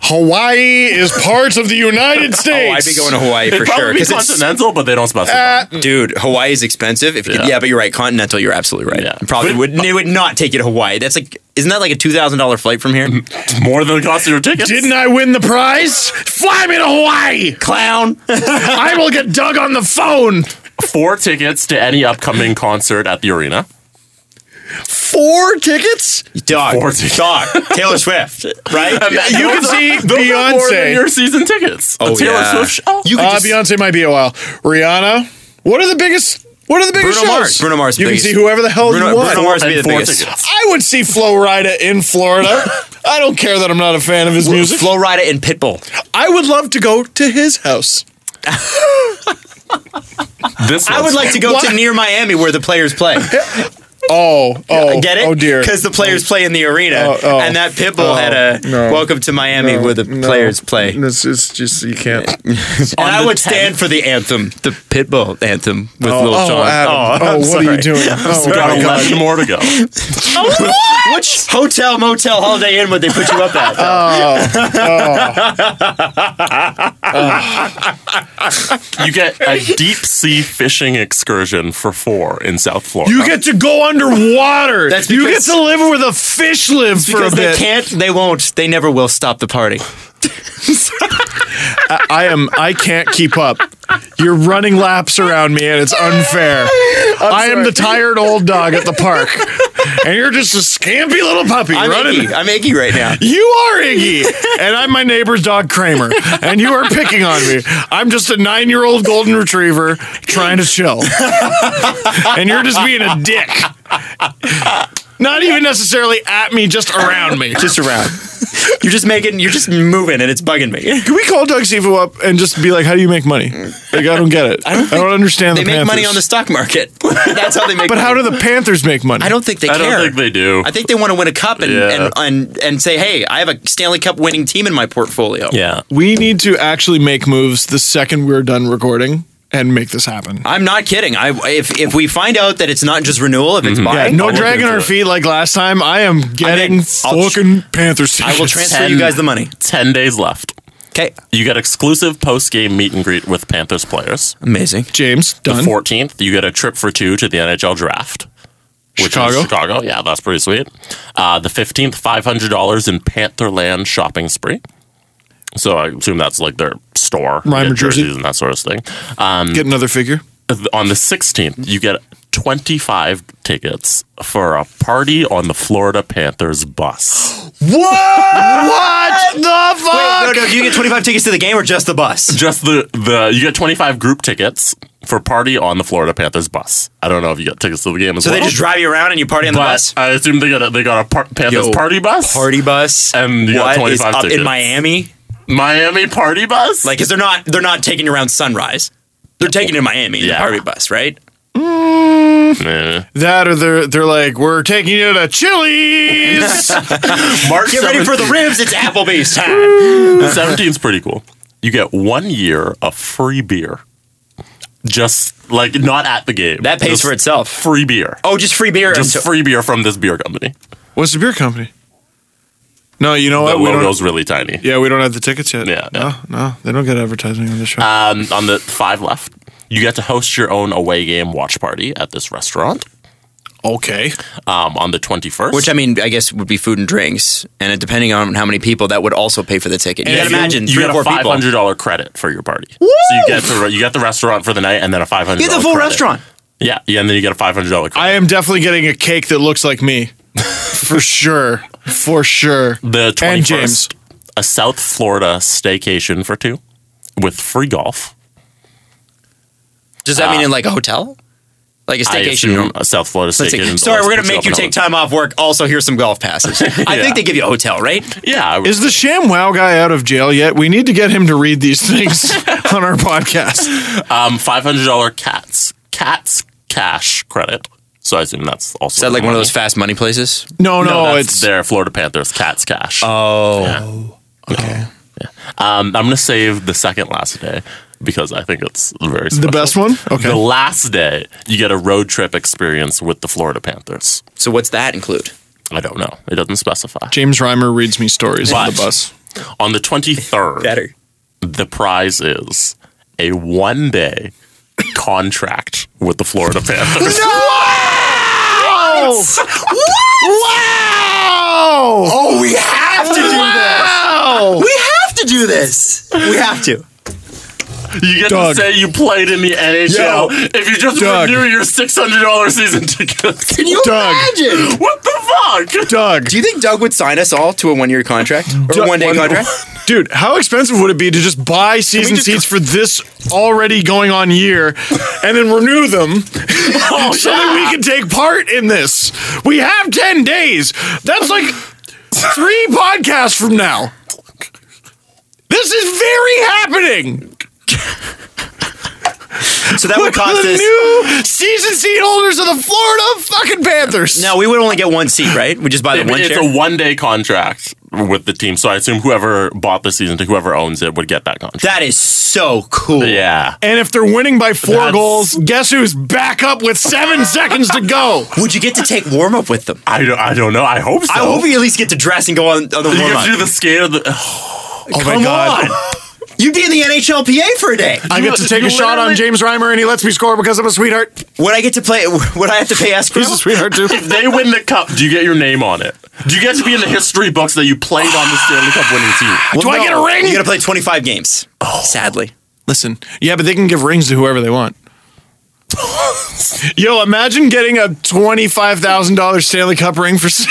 Speaker 8: Hawaii is part of the United States.
Speaker 5: oh, I'd be going to Hawaii
Speaker 4: It'd
Speaker 5: for sure
Speaker 4: probably be
Speaker 5: because it's
Speaker 4: continental, but they don't
Speaker 8: Uh,
Speaker 4: specify.
Speaker 5: dude, Hawaii is expensive. If you yeah.
Speaker 4: Yeah.
Speaker 5: yeah, but you're right. Continental, you're absolutely right.
Speaker 4: Yeah.
Speaker 5: It Probably
Speaker 4: But-
Speaker 5: would it would not take you to Hawaii. That's like isn't that like a two thousand dollar flight from here?
Speaker 8: Mm-hmm.
Speaker 4: It's more than the cost of your tickets.
Speaker 8: Didn't I win the prize? Fly me to Hawaii.
Speaker 5: Clown.
Speaker 8: I will get Doug on the phone.
Speaker 4: Four tickets to any upcoming concert at the arena.
Speaker 8: Four tickets?
Speaker 5: Dog.
Speaker 4: Forty.
Speaker 5: Dog. Taylor Swift. Right.
Speaker 8: You can see
Speaker 4: Those are more than
Speaker 8: Beyonce.
Speaker 4: your season tickets.
Speaker 5: Oh,
Speaker 4: a Taylor
Speaker 5: yeah.
Speaker 4: Swift show.
Speaker 5: You could
Speaker 8: Uh,
Speaker 5: just
Speaker 8: Beyonce might be a while. Rihanna. What are the biggest? What are the biggest
Speaker 5: Bruno
Speaker 8: shows?
Speaker 5: Mars. Bruno Mars.
Speaker 8: You can
Speaker 5: biggest.
Speaker 8: see whoever the hell
Speaker 5: Bruno,
Speaker 8: you want.
Speaker 5: Bruno Mars would be the
Speaker 4: and four
Speaker 5: biggest.
Speaker 4: tickets.
Speaker 8: I would see Flo Rida in Florida. I don't care that I'm not a fan of his music.
Speaker 5: Flo Rida and Pitbull.
Speaker 8: I would love to go to his house.
Speaker 4: This
Speaker 5: I would like to go
Speaker 8: What?
Speaker 5: to near Miami where the players play. Uh,
Speaker 8: Oh, oh,
Speaker 5: Get it?
Speaker 8: Oh dear.
Speaker 5: Because the players play in the arena,
Speaker 8: Oh, oh.
Speaker 5: and that Pitbull
Speaker 8: Oh,
Speaker 5: had a
Speaker 8: no.
Speaker 5: "Welcome to Miami" where the
Speaker 8: No,
Speaker 5: players play.
Speaker 8: This is just you can't.
Speaker 5: and I
Speaker 4: the
Speaker 5: would stand for the anthem, the Pitbull anthem with
Speaker 8: Oh,
Speaker 5: Little
Speaker 8: oh,
Speaker 5: John.
Speaker 8: Adam.
Speaker 5: Oh,
Speaker 8: Oh,
Speaker 5: I'm
Speaker 8: what are
Speaker 5: sorry.
Speaker 8: you doing? Oh,
Speaker 4: got
Speaker 8: my God.
Speaker 4: 11 more to go.
Speaker 5: Which hotel, motel, Holiday Inn would they put you up at?
Speaker 4: You get a deep sea fishing excursion for four in South Florida.
Speaker 8: You get to go underwater.
Speaker 5: That's
Speaker 8: you get
Speaker 5: because-
Speaker 8: to live where the fish live for a
Speaker 5: because they
Speaker 8: bit.
Speaker 5: can't, they won't, they never will stop the party.
Speaker 8: I am. I can't keep up. You're running laps around me, and it's unfair. I am the tired old dog at the park, and you're just a scampy little puppy
Speaker 5: I'm
Speaker 8: running.
Speaker 5: achy. I'm achy right now.
Speaker 8: You are Iggy, and I'm my neighbor's dog Kramer, and you are picking on me. I'm just a nine year old golden retriever trying to chill, and you're just being a dick. Not even necessarily at me, just around me.
Speaker 5: Just around. You're just making, you're just moving, and it's bugging me.
Speaker 8: Can we call Doug Sifu up and just be like, "How do you make money?" Like, I don't get it. I don't, understand
Speaker 5: They
Speaker 8: the
Speaker 5: make
Speaker 8: Panthers.
Speaker 5: money on the stock market. That's how they make.
Speaker 8: But
Speaker 5: money.
Speaker 8: how do the Panthers make money?
Speaker 5: I don't think they
Speaker 4: I
Speaker 5: care.
Speaker 4: don't think they do.
Speaker 5: I think they want to win a cup and,
Speaker 4: Yeah.
Speaker 5: and, and and say, hey, I have a Stanley Cup winning team in my portfolio.
Speaker 4: yeah.
Speaker 8: We need to actually make moves the second we're done recording and make this happen.
Speaker 5: I'm not kidding. I if if we find out that it's not just renewal, if it's
Speaker 8: Mm-hmm. Yeah,
Speaker 5: buying,
Speaker 8: no
Speaker 5: I will-
Speaker 8: dragging our feet like last time. I am getting
Speaker 5: in. I'll tr-
Speaker 8: fucking Panthers.
Speaker 5: I will
Speaker 8: tickets.
Speaker 5: transfer you guys the money.
Speaker 4: 10 days left.
Speaker 5: Okay,
Speaker 4: You get exclusive post game meet and greet with Panthers players.
Speaker 5: amazing.
Speaker 8: James
Speaker 4: The
Speaker 8: done.
Speaker 4: 14th, you get a trip for two to the NHL draft. Which
Speaker 8: Chicago?
Speaker 4: Is Chicago. Yeah, that's pretty sweet. Uh, the 15th, $500 in Pantherland shopping spree. So I assume that's like their store. You
Speaker 8: Rhymer
Speaker 4: get
Speaker 8: jersey.
Speaker 4: jerseys and that sort of thing.
Speaker 8: Get another figure.
Speaker 4: on the 16th, you get 25 tickets for a party on the Florida Panthers bus.
Speaker 8: What the
Speaker 5: No,
Speaker 8: fuck?
Speaker 5: no, do you get 25 tickets to the game or just the bus?
Speaker 4: Just the, the you get 25 group tickets for party on the Florida Panthers bus. I don't know if you got tickets to the game as
Speaker 5: So
Speaker 4: well.
Speaker 5: they just drive you around and you party on the
Speaker 4: but
Speaker 5: bus.
Speaker 4: I assume they got a, they got a par- Panthers
Speaker 5: Yo,
Speaker 4: party bus.
Speaker 5: Party bus.
Speaker 4: And Um, you got
Speaker 5: What is
Speaker 4: 25
Speaker 5: up in
Speaker 4: tickets.
Speaker 5: Miami?
Speaker 4: Miami party bus?
Speaker 5: Like, cause they're not they're not taking you around Sunrise. They're taking you to Miami. Yeah.
Speaker 4: Yeah.
Speaker 5: The party bus, right?
Speaker 4: Nah.
Speaker 8: That or they're they're like we're taking you to Chili's.
Speaker 4: March
Speaker 5: Get ready for the ribs. It's Applebee's time.
Speaker 4: 17's pretty cool. You get 1 year of free beer. Just like not at the game.
Speaker 5: That pays
Speaker 4: Just
Speaker 5: for itself.
Speaker 4: Free beer.
Speaker 5: Oh, just free beer.
Speaker 4: Just
Speaker 5: until-
Speaker 4: free beer from this beer company.
Speaker 8: What's the beer company? No, you know
Speaker 4: The
Speaker 8: what? We don't-
Speaker 4: logo's really tiny.
Speaker 8: yeah, we don't have the tickets yet.
Speaker 4: Yeah,
Speaker 8: no, no, they don't get advertising on the
Speaker 5: Ah,
Speaker 8: show.
Speaker 4: Um, on the five left, you get to host your own away game watch party at this restaurant
Speaker 8: okay,
Speaker 4: um, on the 21st.
Speaker 5: Which I mean, I guess would be food and drinks, and it, depending on how many people, that would also pay for the ticket. You
Speaker 4: And
Speaker 5: gotta imagine
Speaker 4: you
Speaker 5: three
Speaker 4: get
Speaker 5: or four
Speaker 4: a five
Speaker 5: people.
Speaker 4: hundred dollar credit for your party. So you get the you get the restaurant for the night and then a five hundred.
Speaker 5: You get the full restaurant.
Speaker 4: Yeah, yeah, and then you get a five hundred dollar
Speaker 8: I
Speaker 4: credit.
Speaker 8: am definitely getting a cake that looks like me, for sure, for sure.
Speaker 4: the
Speaker 8: and
Speaker 4: twenty
Speaker 8: James.
Speaker 4: first, a South Florida staycation for two, with free golf.
Speaker 5: Does that mean in like a hotel, like a
Speaker 4: Ah. I
Speaker 5: staycation?
Speaker 4: assume a South Florida
Speaker 5: Let's see.
Speaker 4: staycation.
Speaker 5: Sorry, we're gonna make you take time off work. Also, here's some golf passes. I think they give you a hotel, right?
Speaker 4: Yeah, I would-
Speaker 8: Is the Sham Wow guy out of jail yet? We need to get him to read these things on our podcast.
Speaker 4: um, five hundred dollar cats cats cash credit. So I assume that's also
Speaker 9: Is that like one of those
Speaker 4: money.
Speaker 9: fast money places?
Speaker 8: No,
Speaker 4: No,
Speaker 8: no,
Speaker 4: that's
Speaker 8: it's
Speaker 4: their Florida Panthers cats cash.
Speaker 9: Oh,
Speaker 4: okay. Um, I'm gonna save the second last day because I think it's very
Speaker 8: the
Speaker 4: special.
Speaker 8: best one. Okay.
Speaker 4: The last day, you get a road trip experience with the Florida Panthers.
Speaker 9: so what's that include?
Speaker 4: I don't know; it doesn't specify.
Speaker 8: James Reimer reads me stories on the
Speaker 4: But-
Speaker 8: bus.
Speaker 4: On the 23rd, the prize is a one-day contract with the Florida Panthers.
Speaker 8: Wow!
Speaker 9: Oh, we have to do this. We have to do this. We have to.
Speaker 4: You get
Speaker 8: Doug.
Speaker 4: to say you played in the NHL if you just
Speaker 8: Doug.
Speaker 4: renew your $600 season ticket.
Speaker 9: Can you
Speaker 8: Doug.
Speaker 9: imagine?
Speaker 4: what the fuck?
Speaker 8: Doug,
Speaker 9: Do you think Doug would sign us all to a one-year contract or
Speaker 8: Doug-
Speaker 9: one-day
Speaker 8: one-
Speaker 9: contract?
Speaker 8: dude, how expensive would it be to just buy season
Speaker 9: just-
Speaker 8: seats for this already going on year, and then renew them so that we can take part in this? We have ten days. That's like three podcasts from now. This is very happening.
Speaker 5: So that would cost
Speaker 8: the
Speaker 5: us.
Speaker 8: new season seat holders of the Florida fucking Panthers.
Speaker 5: No, we would only get one seat, right? We just buy the one
Speaker 4: it's
Speaker 5: chair.
Speaker 4: a one day contract with the team. So I assume whoever bought the season, ticket, whoever owns it, would get that contract.
Speaker 5: that is so cool.
Speaker 4: yeah.
Speaker 8: And if they're winning by four goals, guess who's back up with seven seconds to go?
Speaker 5: Would you get to take warm up with them?
Speaker 4: I don't, I don't know. I hope so.
Speaker 5: I hope you at least get to dress and go on, on the
Speaker 4: you
Speaker 5: warm
Speaker 4: get to do
Speaker 5: up.
Speaker 4: the skate of the.
Speaker 8: Oh
Speaker 5: Come on. You'd be in the NHLPA for a day.
Speaker 8: I get to take a shot on James Reimer and he lets me score because I'm a sweetheart.
Speaker 5: Would I get to play? Would I have to pay escrow?
Speaker 8: He's a sweetheart too.
Speaker 4: If they win the cup, do you get your name on it? Do you get to be in the history books that you played on the Stanley Cup winning team?
Speaker 8: Do I get a ring?
Speaker 5: You got to play 25 games. Sadly.
Speaker 8: Listen, yeah, but they can give rings to whoever they want. Yo, imagine getting a twenty-five thousand dollars Stanley Cup ring for s-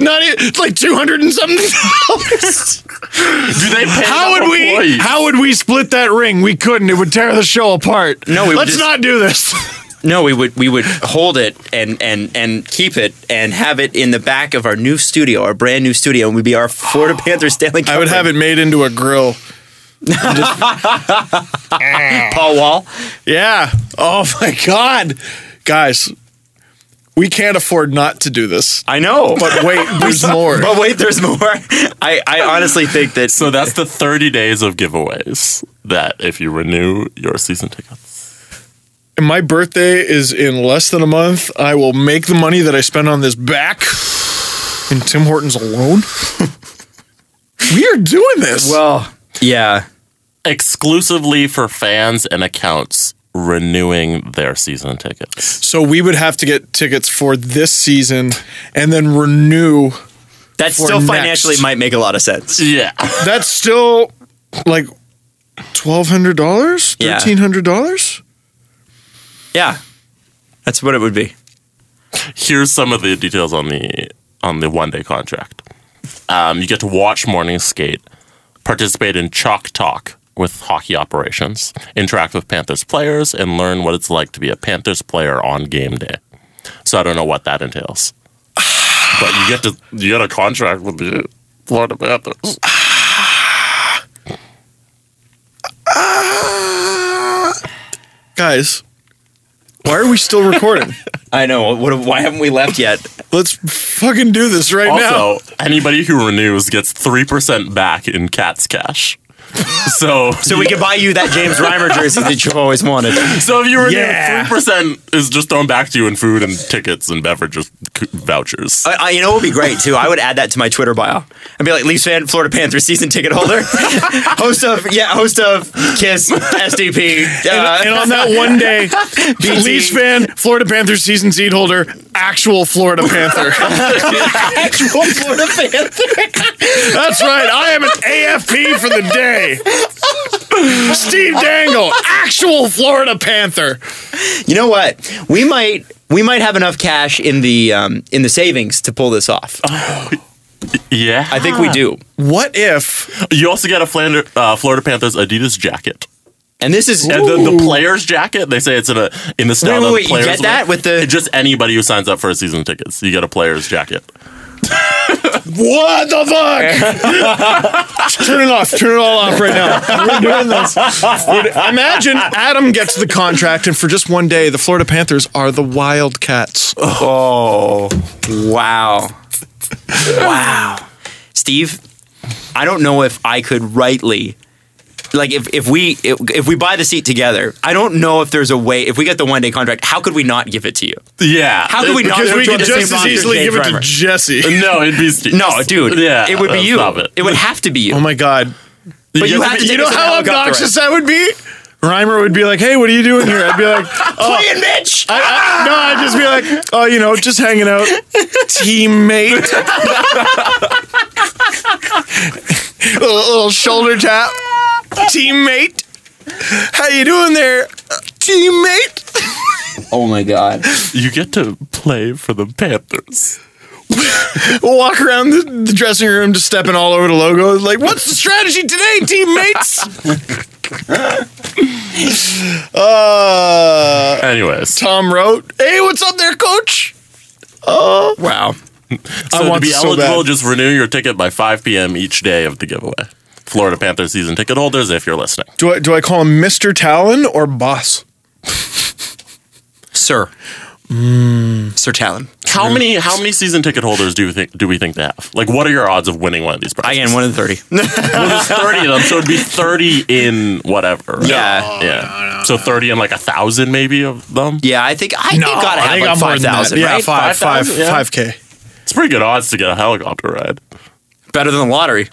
Speaker 8: not e- it's like two hundred and something dollars.
Speaker 4: Do they pay
Speaker 8: How
Speaker 4: enough
Speaker 8: would we?
Speaker 4: employees?
Speaker 8: How would we split that ring? We couldn't. It would tear the show apart.
Speaker 5: No, we would
Speaker 8: let's
Speaker 5: just-
Speaker 8: not do this.
Speaker 5: No, we would we would hold it and and and keep it and have it in the back of our new studio, our brand new studio, and we'd be our Florida Panthers Stanley Cup.
Speaker 8: I would have it made into a grill.
Speaker 5: Paul Wall.
Speaker 8: Yeah. Oh my God, guys, we can't afford not to do this.
Speaker 5: I know.
Speaker 8: But wait, there's more.
Speaker 5: But wait, there's more. I, I honestly think that
Speaker 4: So that's the 30 days of giveaways that if you renew your season tickets.
Speaker 8: And my birthday is in less than a month. I will make the money that I spend on this back in Tim Hortons alone. we are doing this.
Speaker 5: well, yeah.
Speaker 4: Exclusively for fans and accounts renewing their season tickets.
Speaker 8: so we would have to get tickets for this season and then renew.
Speaker 5: That
Speaker 8: For
Speaker 5: still
Speaker 8: next.
Speaker 5: financially might make a lot of sense.
Speaker 4: Yeah.
Speaker 8: That's still like twelve hundred dollars,
Speaker 5: Yeah.
Speaker 8: thirteen hundred dollars.
Speaker 5: Yeah. That's what it would be.
Speaker 4: Here's some of the details on the on the one day contract. Um, you get to watch morning skate, participate in chalk talk with hockey operations, interact with Panthers players, and learn what it's like to be a Panthers player on game day. So I don't know what that entails, but you get to you get a contract with the Florida Panthers.
Speaker 8: Guys, why are we still recording?
Speaker 5: I know. What, why haven't we left yet?
Speaker 8: Let's fucking do this right now.
Speaker 4: Also, anybody who renews gets three percent back in Cats cash. So
Speaker 5: So we could buy you that James Reimer jersey that you've always wanted.
Speaker 4: So if you were
Speaker 8: Yeah.
Speaker 4: three percent is just thrown back to you in food and tickets and beverages c- vouchers.
Speaker 5: I, I, you know, it would be great too. I would add that to my Twitter bio. I'd be like Leafs fan, Florida Panthers season ticket holder, host of yeah, host of Kiss SDP. Uh,
Speaker 8: and on that one day, Leafs fan, Florida Panthers season seed holder, actual Florida Panther.
Speaker 5: actual Florida Panthers.
Speaker 8: That's right. I am an AFP for the day. Steve Dangle, actual Florida Panther.
Speaker 5: You know what? We might we might have enough cash in the um, in the savings to pull this off.
Speaker 4: yeah,
Speaker 5: I
Speaker 8: Ah.
Speaker 5: think we do.
Speaker 8: What if?
Speaker 4: you also get a Flander, uh, Florida Panthers Adidas jacket.
Speaker 5: And this is uh,
Speaker 4: And the, the player's jacket, they say it's in a in the style
Speaker 5: Wait, wait,
Speaker 4: of the
Speaker 5: wait, you
Speaker 4: players.
Speaker 5: get that with the-
Speaker 4: It's just anybody who signs up for a season tickets, you get a player's jacket.
Speaker 8: What the fuck? Turn it off. Turn it all off right now. We're doing this. We're- Imagine Adam gets the contract, and for just one day, the Florida Panthers are the Wildcats.
Speaker 5: Oh, wow. wow. Steve, I don't know if I could rightly like if, if we if, if we buy the seat together, I don't know if there's a way if we get the one day contract, how could we not give it to you?
Speaker 4: Yeah.
Speaker 5: How could we not
Speaker 8: Because
Speaker 5: give
Speaker 8: we
Speaker 5: it to
Speaker 8: could
Speaker 5: the same
Speaker 8: just as
Speaker 5: sponsor,
Speaker 8: easily
Speaker 5: Dave
Speaker 8: give it to
Speaker 5: Reimer?
Speaker 8: Jesse.
Speaker 4: No, it'd be Steve.
Speaker 5: No, dude.
Speaker 4: Yeah,
Speaker 5: it would be
Speaker 4: let's
Speaker 5: you.
Speaker 4: Stop it.
Speaker 5: it would have to be you.
Speaker 8: Oh my god.
Speaker 5: but you
Speaker 4: have
Speaker 5: have
Speaker 4: to
Speaker 5: to
Speaker 4: be-
Speaker 5: take
Speaker 8: You know
Speaker 5: us in a
Speaker 8: how
Speaker 5: helicopter
Speaker 8: obnoxious
Speaker 5: ride.
Speaker 8: that would be? Reimer would be like, "Hey, what are you doing here?" I'd be like, "Oh,
Speaker 5: Playing, bitch.
Speaker 8: I, I, no, I'd just be like, oh, you know, just hanging out, teammate. little, little shoulder tap, teammate. How you doing there, teammate?
Speaker 5: Oh my god.
Speaker 4: You get to play for the Panthers.
Speaker 8: Walk around the, the dressing room, just stepping all over the logo. Like, what's the strategy today, teammates? uh,
Speaker 4: Anyways,
Speaker 8: Tom wrote, "Hey, what's up there, coach?" Oh, wow.
Speaker 4: so to
Speaker 8: want
Speaker 4: be
Speaker 8: this so
Speaker 4: eligible,
Speaker 8: bad.
Speaker 4: just renew your ticket by 5 p.m. each day of the giveaway. Florida Panthers season ticket holders, if you're listening.
Speaker 8: Do I do I call him Mr. Talon or boss?
Speaker 5: Sir.
Speaker 8: Hmm.
Speaker 5: Sir Talon.
Speaker 4: How many how many season ticket holders do you think do we think they have? Like, what are your odds of winning one of these
Speaker 5: I
Speaker 4: prizes?
Speaker 5: am one of the 30.
Speaker 4: Well, there's 30 of them, so it'd be 30 in whatever. right?
Speaker 5: Yeah.
Speaker 4: yeah. so 30 in like a thousand maybe of them.
Speaker 5: Yeah, I think I think gotta have like
Speaker 8: more
Speaker 5: five
Speaker 8: than that.
Speaker 5: thousand,
Speaker 8: Yeah,
Speaker 5: right?
Speaker 8: five, five,
Speaker 4: 5,000, yeah.
Speaker 8: five k.
Speaker 4: It's pretty good odds to get a helicopter ride.
Speaker 5: better than the lottery.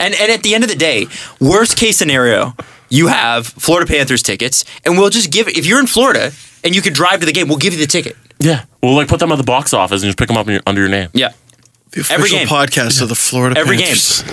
Speaker 5: and and at the end of the day, worst case scenario, you have Florida Panthers tickets, and we'll just give it. If you're in Florida and you can drive to the game, we'll give you the ticket.
Speaker 4: Yeah. We'll like put them at the box office and just pick them up in your, under your name.
Speaker 5: Yeah.
Speaker 8: The official
Speaker 5: Every game.
Speaker 8: podcast of the Florida
Speaker 5: Every game.
Speaker 8: Panthers.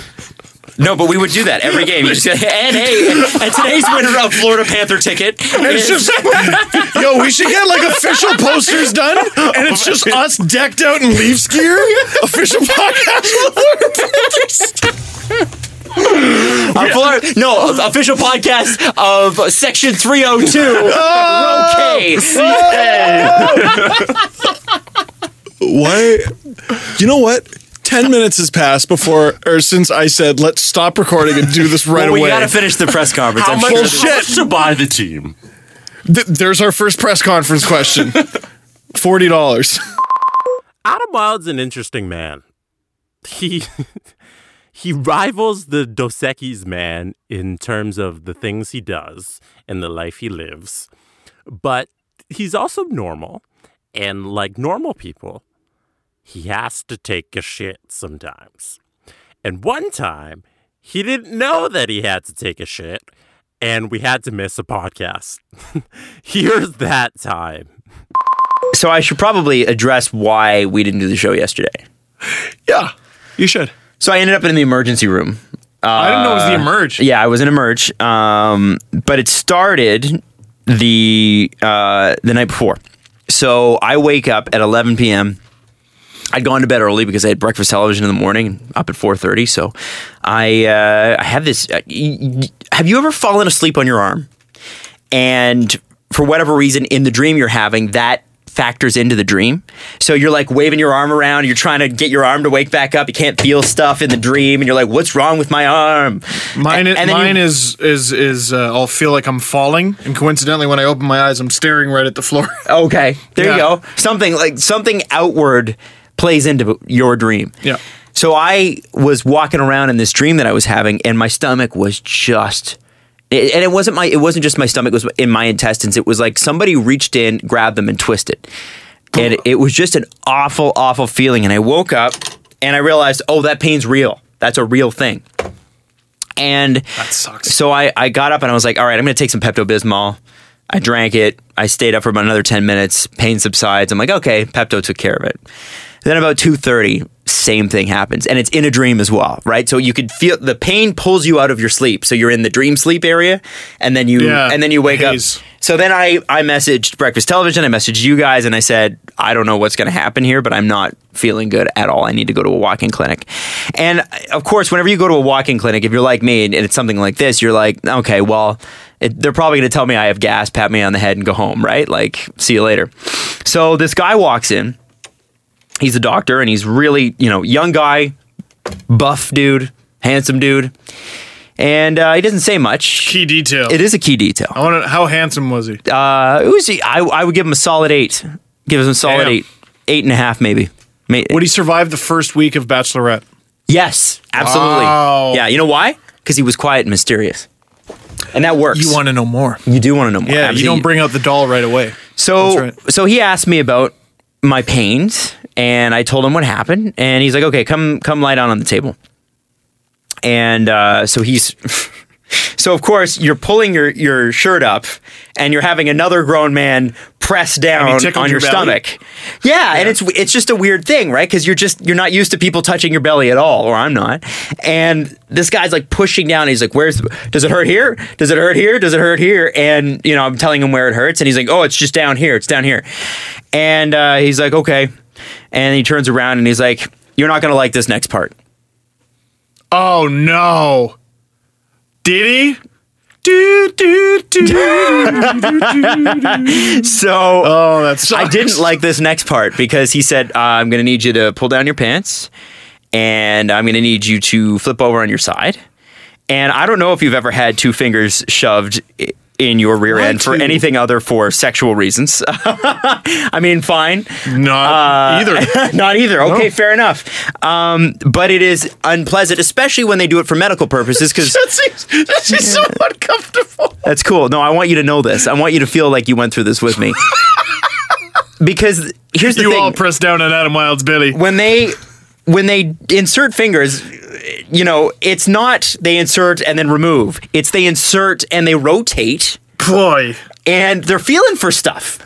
Speaker 5: No, but we would do that every game. You just say, and hey, and, and today's winner of Florida Panther ticket.
Speaker 8: It's
Speaker 5: is-"
Speaker 8: just, yo, we should get like official posters done, and it's just us decked out in Leafs gear. Official podcast of the Florida Panthers.
Speaker 5: Our Florida, no official podcast of Section 302.
Speaker 8: Uh,
Speaker 5: Okay,
Speaker 8: What? You know what? Ten minutes has passed before, or since I said, "Let's stop recording and do this right
Speaker 5: well, we
Speaker 8: away."
Speaker 5: gotta finish the press conference.
Speaker 4: How
Speaker 5: I'm
Speaker 4: much
Speaker 5: sure-
Speaker 4: is it cost to buy the team?
Speaker 8: Th- there's our first press conference question. Forty dollars.
Speaker 6: Adam Wilde's an interesting man. He he rivals the Dos Equis man in terms of the things he does and the life he lives. But he's also normal, and like normal people, he has to take a shit sometimes. And one time, he didn't know that he had to take a shit, and we had to miss a podcast. Here's that time.
Speaker 5: So I should probably address why we didn't do the show yesterday.
Speaker 8: Yeah, you should.
Speaker 5: So I ended up in the emergency room.
Speaker 8: I didn't know it was
Speaker 6: Uh,
Speaker 8: the emerge.
Speaker 5: Yeah, I was in emerge, um, but it started the uh, the night before. So I wake up at 11 p.m. I'd gone to bed early because I had breakfast television in the morning, up at 4:30. So I uh, I have this. Uh, y- y- have you ever fallen asleep on your arm? and for whatever reason in the dream you're having that factors into the dream so you're like waving your arm around you're trying to get your arm to wake back up you can't feel stuff in the dream and you're like what's wrong with my arm
Speaker 8: Mine,
Speaker 5: A-
Speaker 8: is,
Speaker 5: and then
Speaker 8: mine
Speaker 5: you-
Speaker 8: is is is uh, I'll feel like I'm falling, and coincidentally, when I open my eyes, I'm staring right at the floor.
Speaker 5: okay there you
Speaker 8: Yeah.
Speaker 5: go something like something outward plays into your dream
Speaker 8: Yeah.
Speaker 5: so i was walking around in this dream that i was having and my stomach was just it, and it wasn't my it wasn't just my stomach it was in my intestines it was like somebody reached in grabbed them and twisted and it was just an awful awful feeling and i woke up and i realized oh that pain's real that's a real thing and that
Speaker 8: sucks.
Speaker 5: so I, I got up and I was like, all right, I'm going to take some Pepto Bismol. I drank it. I stayed up for about another 10 minutes. Pain subsides. I'm like, okay, Pepto took care of it. Then about 2:30, same thing happens and it's in a dream as well, right? So you could feel the pain pulls you out of your sleep. So you're in the dream sleep area and then you
Speaker 8: Yeah,
Speaker 5: and then you wake
Speaker 8: haze.
Speaker 5: up. So then I I messaged Breakfast Television, I messaged you guys and I said, I don't know what's going to happen here, but I'm not feeling good at all. I need to go to a walk-in clinic. And of course, whenever you go to a walk-in clinic, if you're like me and it's something like this, you're like, okay, well, it, they're probably going to tell me I have gas, pat me on the head and go home, right? Like, see you later. So this guy walks in he's a doctor and he's really you know young guy buff dude handsome dude and uh, he doesn't say much
Speaker 8: Key detail.
Speaker 5: it is a key detail
Speaker 8: I want to. Oh, How handsome was he?
Speaker 5: uh, Uzi, I, I would give him a solid eight give him a solid
Speaker 8: Damn.
Speaker 5: eight eight and a half maybe May-
Speaker 8: Would he survive the first week of Bachelorette?
Speaker 5: yes absolutely
Speaker 8: Wow.
Speaker 5: yeah you know why because he was quiet and mysterious and that works
Speaker 8: You want to know more.
Speaker 5: you do want to know more
Speaker 8: Yeah, you
Speaker 5: absolutely.
Speaker 8: don't bring out the doll right away.
Speaker 5: So
Speaker 8: That's right.
Speaker 5: so he asked me about my pains and I told him what happened and he's like, "Okay, come come lie down on the table." And uh, so he's So of course you're pulling your, your shirt up and you're having another grown man press down on
Speaker 8: tickled
Speaker 5: your,
Speaker 8: your belly?
Speaker 5: stomach. Yeah, and it's it's just a weird thing, right? Cuz you're just you're not used to people touching your belly at all or I'm not. And this guy's like pushing down and he's like where's the- does it hurt here? Does it hurt here? Does it hurt here? And you know, I'm telling him where it hurts and he's like, "Oh, it's just down here. It's down here." And uh, he's like, "Okay." And he turns around and he's like, "You're not going to like this next part."
Speaker 8: Oh no! Did he? Do, do, do.
Speaker 5: So
Speaker 8: oh, that's
Speaker 5: I didn't like this next part because he said, uh, I'm going to need you to pull down your pants and I'm going to need you to flip over on your side. And I don't know if you've ever had two fingers shoved i- in your rear
Speaker 8: Why
Speaker 5: end for
Speaker 8: two?
Speaker 5: anything other for sexual reasons. I mean, fine.
Speaker 8: not either.
Speaker 5: Not either. Okay, fair enough. Um, but it is unpleasant, especially when they do it for medical purposes because
Speaker 8: that seems that seems so uncomfortable.
Speaker 5: That's cool. No, I want you to know this. I want you to feel like you went through this with me. because here's the
Speaker 8: You
Speaker 5: thing:
Speaker 8: all press down on Adam Wilde's belly.
Speaker 5: when they when they insert fingers, you know, it's not they insert and then remove. It's they insert and they rotate,
Speaker 8: Boy,
Speaker 5: and they're feeling for stuff.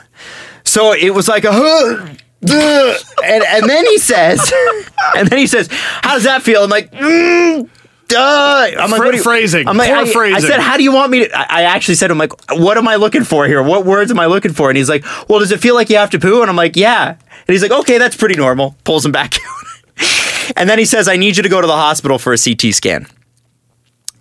Speaker 5: So it was like a. Huh, uh," and and then he says, and then he says, "How does that feel?" I'm like, mm, duh. I'm like,
Speaker 8: Fra-
Speaker 5: what do you-
Speaker 8: phrasing.
Speaker 5: I'm like,
Speaker 8: Poor
Speaker 5: I, I
Speaker 8: phrasing.
Speaker 5: said, "How do you want me to?" I, I actually said, "I'm like, what am I looking for here? What words am I looking for?" And he's like, "Well, does it feel like you have to poo?" And I'm like, "Yeah." And he's like, "Okay, that's pretty normal." Pulls him back out, and then he says, "I need you to go to the hospital for a CT scan."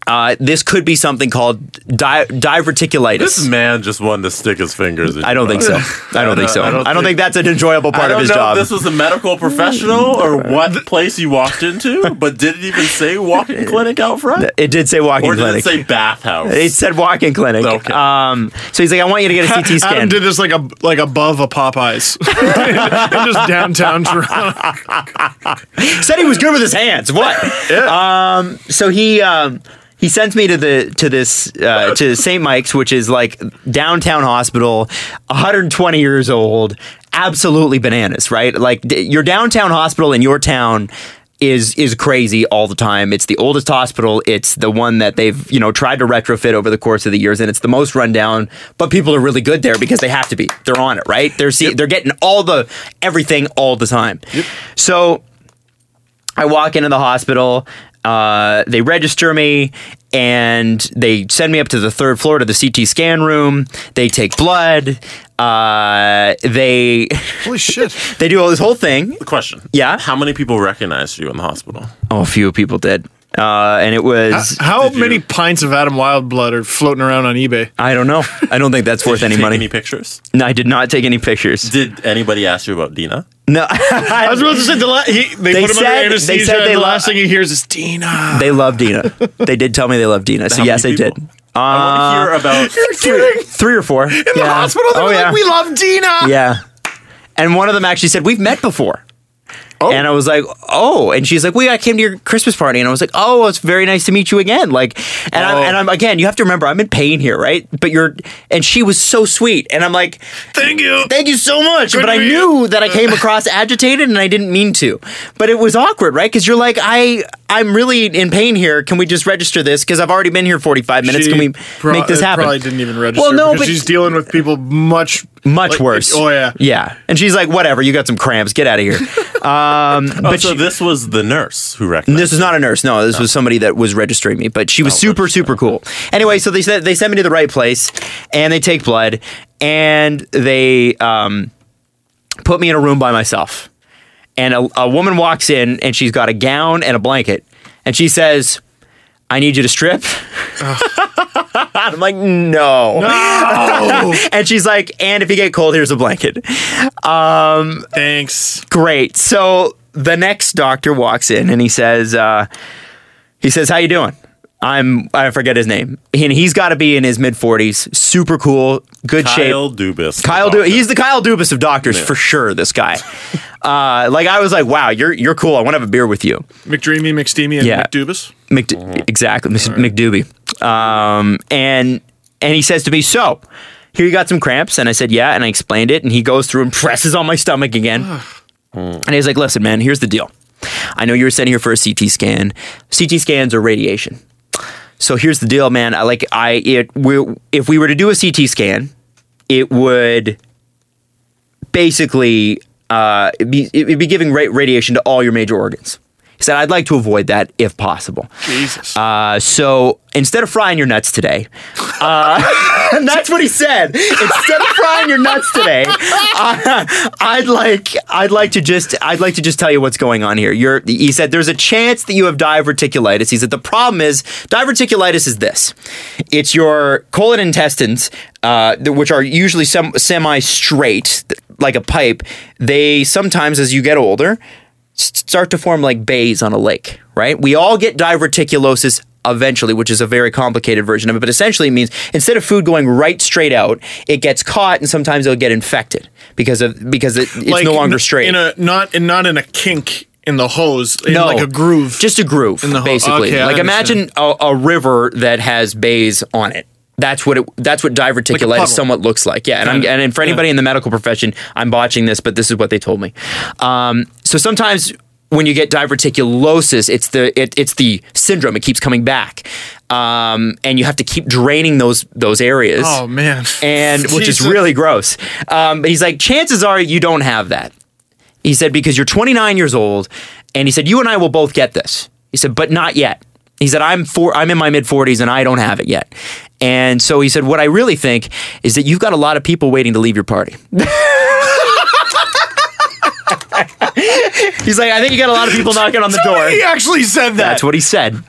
Speaker 5: Uh, this could be something called di- diverticulitis.
Speaker 4: This man just wanted to stick his fingers. In
Speaker 5: I don't think so. I don't think so. I don't, think, that's an enjoyable part
Speaker 4: I don't
Speaker 5: of his
Speaker 4: know
Speaker 5: job.
Speaker 4: if this was a medical professional or what place you walked into, but did it even say walking clinic out front?
Speaker 5: it did say walking
Speaker 4: Or did
Speaker 5: clinic.
Speaker 4: it say bathhouse?
Speaker 5: It said walking clinic.
Speaker 4: Okay.
Speaker 5: Um, so he's like, I want you to get a CT scan.
Speaker 8: Adam did this like a like above a Popeyes, and just downtown Toronto.
Speaker 5: Said he was good with his hands. What? Um, so he um, he sends me to the to this uh, to St. Mike's, which is like downtown hospital, 120 years old, absolutely bananas, right? Like d- your downtown hospital in your town is is crazy all the time. It's the oldest hospital. It's the one that they've you know tried to retrofit over the course of the years, and it's the most rundown. But people are really good there because they have to be. They're on it, right? They're see- they're getting all the everything all the time. So I walk into the hospital. Uh, they register me and they send me up to the third floor to the CT scan room. They take blood. Uh, they
Speaker 8: Holy shit!
Speaker 5: they do all this whole thing.
Speaker 4: Question.
Speaker 5: Yeah.
Speaker 4: How many people recognized you in the hospital?
Speaker 5: Oh, a few people did, uh, and it was
Speaker 8: How many pints of Adam Wilde blood are floating around on eBay?
Speaker 5: I don't know. I don't think that's worth any
Speaker 4: Take
Speaker 5: money.
Speaker 4: Any pictures?
Speaker 5: no, I did not take any pictures.
Speaker 4: Did anybody ask you about Dina?
Speaker 5: No,
Speaker 8: I was about to say the la- he, they,
Speaker 5: They
Speaker 8: put him
Speaker 5: said-
Speaker 8: under anesthesia.
Speaker 5: they said
Speaker 8: and
Speaker 5: they
Speaker 8: the
Speaker 5: lo-
Speaker 8: last thing he hears is Dina.
Speaker 5: they love Dina. They did tell me they love Dina. So
Speaker 4: How
Speaker 5: yes, they
Speaker 4: many
Speaker 5: did.
Speaker 4: people?
Speaker 5: Uh,
Speaker 4: I want to hear about.
Speaker 5: Three, three or four Oh, in
Speaker 8: In the hospital, they were like, "We love Dina."
Speaker 5: Yeah. And one of them actually said, We've met before. And I was like, oh, and she's like, we I came to your Christmas party, and I was like, oh, it's very nice to meet you again. Like, and I'm,
Speaker 8: Oh.
Speaker 5: and I'm again, you have to remember, I'm in pain here, right? But you're, and she was so sweet, and I'm like,
Speaker 8: Thank you.
Speaker 5: thank you so much.
Speaker 8: Good
Speaker 5: but I
Speaker 8: to meet
Speaker 5: knew that I came across agitated, and I didn't mean to. But it was awkward, right? Because you're like, I, I'm really in pain here. Can we just register this? Because I've already been here 45 minutes.
Speaker 8: She
Speaker 5: Can we
Speaker 8: pro-
Speaker 5: make this
Speaker 8: uh,
Speaker 5: happen?
Speaker 8: Probably didn't even register.
Speaker 5: Well, no, but
Speaker 8: because she's dealing with people much,
Speaker 5: much
Speaker 8: like-
Speaker 5: worse.
Speaker 8: Oh yeah,
Speaker 5: yeah. And she's like, "Whatever, you got some cramps. Get out of here." Um,
Speaker 4: Oh,
Speaker 5: but
Speaker 4: so
Speaker 5: she-
Speaker 4: this was the nurse who recognized.
Speaker 5: this is not a nurse. No, this was somebody that was registering me. But
Speaker 8: Oh,
Speaker 5: she was super, super cool. Anyway, so they said they sent me to the right place, and they take blood, and they um, put me in a room by myself. And a, a woman walks in, and she's got a gown and a blanket, and she says, I need you to strip. I'm like, no. and she's like, and if you get cold, here's a blanket. Um,
Speaker 8: Thanks.
Speaker 5: Great. So the next doctor walks in and he says, uh, he says, how you doing? I'm, I forget his name. And he's got to be in his mid 40s. Super cool, good shape.
Speaker 4: Kyle Dubas.
Speaker 5: Kyle, du- he's the Kyle Dubas of doctors for sure. This guy, uh, like I was like, wow, you're you're cool. I want to have a beer with you,
Speaker 8: McDreamy, McSteamy, and
Speaker 5: Yeah.
Speaker 8: McDubas.
Speaker 5: McD- exactly, Mr. McDoobie. Um, and and he says to me, so here you got some cramps, and I said, yeah, and I explained it, and he goes through and presses on my stomach again, and he's like, listen, man, here's the deal. I know you were sent here for a CT scan. CT scans are radiation. So here's the deal, man. I like I it we if we were to do a CT scan, it would basically uh, it'd be, it'd be giving ra- radiation to all your major organs. He said, I'd like to avoid that if possible.
Speaker 8: Jesus.
Speaker 5: Uh, so instead of frying your nuts today, uh, and that's what he said. Instead of frying your nuts today, I, I'd like I'd like to just I'd like to just tell you what's going on here. You're, he said there's a chance that you have diverticulitis. He said the problem is diverticulitis is this. It's your colon intestines, uh, th- which are usually sem- semi straight, like a pipe. They sometimes, as you get older, s- start to form like bays on a lake, right? We all get diverticulosis eventually, which is a very complicated version of it, but essentially it means instead of food going right straight out, it gets caught and sometimes it'll get infected because of because it, it's no longer
Speaker 8: n-
Speaker 5: straight.
Speaker 8: In a not in not in a kink in the hose. In
Speaker 5: no,
Speaker 8: like a groove.
Speaker 5: just a groove,
Speaker 8: the ho-
Speaker 5: basically.
Speaker 8: okay, I
Speaker 5: like imagine a, a river that has bays on it. That's what it, that's what diverticulitis
Speaker 8: puddle.
Speaker 5: somewhat looks like. Yeah, and I'm, and, for anybody in the medical profession, I'm botching this, but this is what they told me. Um, so sometimes when you get diverticulosis, it's the it, it's the syndrome. It keeps coming back, um, and you have to keep draining those those areas
Speaker 8: oh man.
Speaker 5: and which is
Speaker 8: Jesus.
Speaker 5: really gross. Um, but he's like, chances are you don't have that. He said because you're 29 years old, and he said you and I will both get this. He said, but not yet. He said I'm four, I'm in my mid 40s and I don't have it yet. And so he said, what I really think is that you've got a lot of people waiting to leave your party. he's like, I think you got a lot of people knocking on the door.
Speaker 8: Oh, He actually said that.
Speaker 5: That's what he said.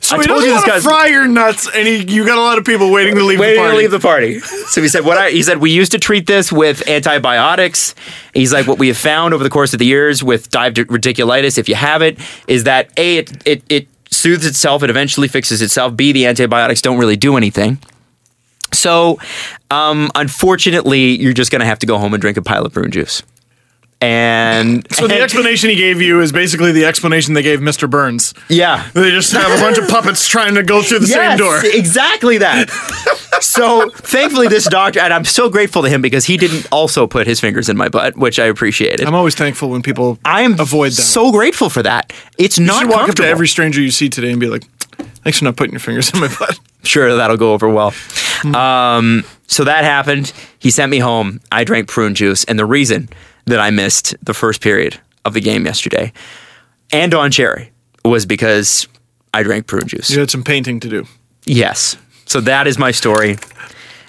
Speaker 8: so
Speaker 5: I
Speaker 8: he
Speaker 5: told
Speaker 8: doesn't
Speaker 5: you this
Speaker 8: wanna
Speaker 5: guy's-
Speaker 8: fry your nuts, and he, you got a lot of people waiting to leave the
Speaker 5: waiting
Speaker 8: party.
Speaker 5: to leave the party. So he said, "What I," he said, "We used to treat this with antibiotics." He's like, "What we have found over the course of the years with diverticulitis, if you have it, is that a it it, it soothes itself, it eventually fixes itself. B the antibiotics don't really do anything." So, um, unfortunately, you're just going to have to go home and drink a pile of prune juice. And
Speaker 8: so the explanation he gave you is basically the explanation they gave Mr. Burns.
Speaker 5: yeah,
Speaker 8: They just have a bunch of puppets trying to go through the same door.
Speaker 5: Exactly that. so thankfully, this doctor, and I'm so grateful to him because he didn't also put his fingers in my butt, which I appreciated.
Speaker 8: I'm always thankful when people
Speaker 5: I'm
Speaker 8: avoid that.
Speaker 5: so grateful for that. It's
Speaker 8: you
Speaker 5: not
Speaker 8: should walk up to
Speaker 5: comfortable.
Speaker 8: every stranger you see today and be like, "Thanks for not putting your fingers in my butt."
Speaker 5: sure, that'll go over well.
Speaker 8: Hmm.
Speaker 5: Um, so that happened. He sent me home. I drank prune juice, and the reason that I missed the first period of the game yesterday and on cherry was because I drank prune juice.
Speaker 8: You had some painting to do.
Speaker 5: Yes. So that is my story.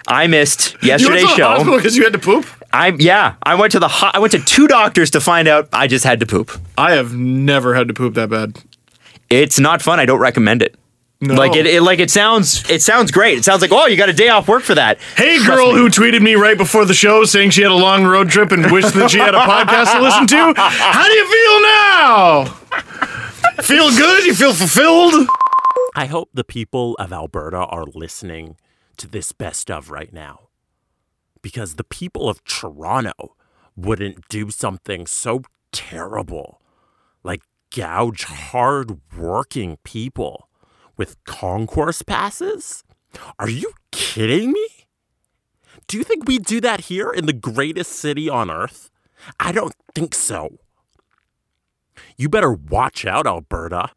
Speaker 5: I missed
Speaker 8: You went
Speaker 5: yesterday's
Speaker 8: to the
Speaker 5: show.
Speaker 8: hospital because you had to poop.
Speaker 5: I yeah, I went to the ho- I went to two doctors to find out I just had to poop.
Speaker 8: I have never had to poop that bad.
Speaker 5: It's not fun. I don't recommend it.
Speaker 8: No.
Speaker 5: Like it, it like it sounds it sounds great. It sounds like oh you got a day off work for that.
Speaker 8: Hey, girl who tweeted me right before the show saying she had a long road trip and wished that she had a podcast to listen to. How do you feel now? Feel good? You feel fulfilled?
Speaker 6: I hope the people of Alberta are listening to this best of right now. Because the people of Toronto wouldn't do something so terrible like gouge hard working people with concourse passes? Are you kidding me? Do you think we do that here in the greatest city on earth? I don't think so. You better watch out, Alberta.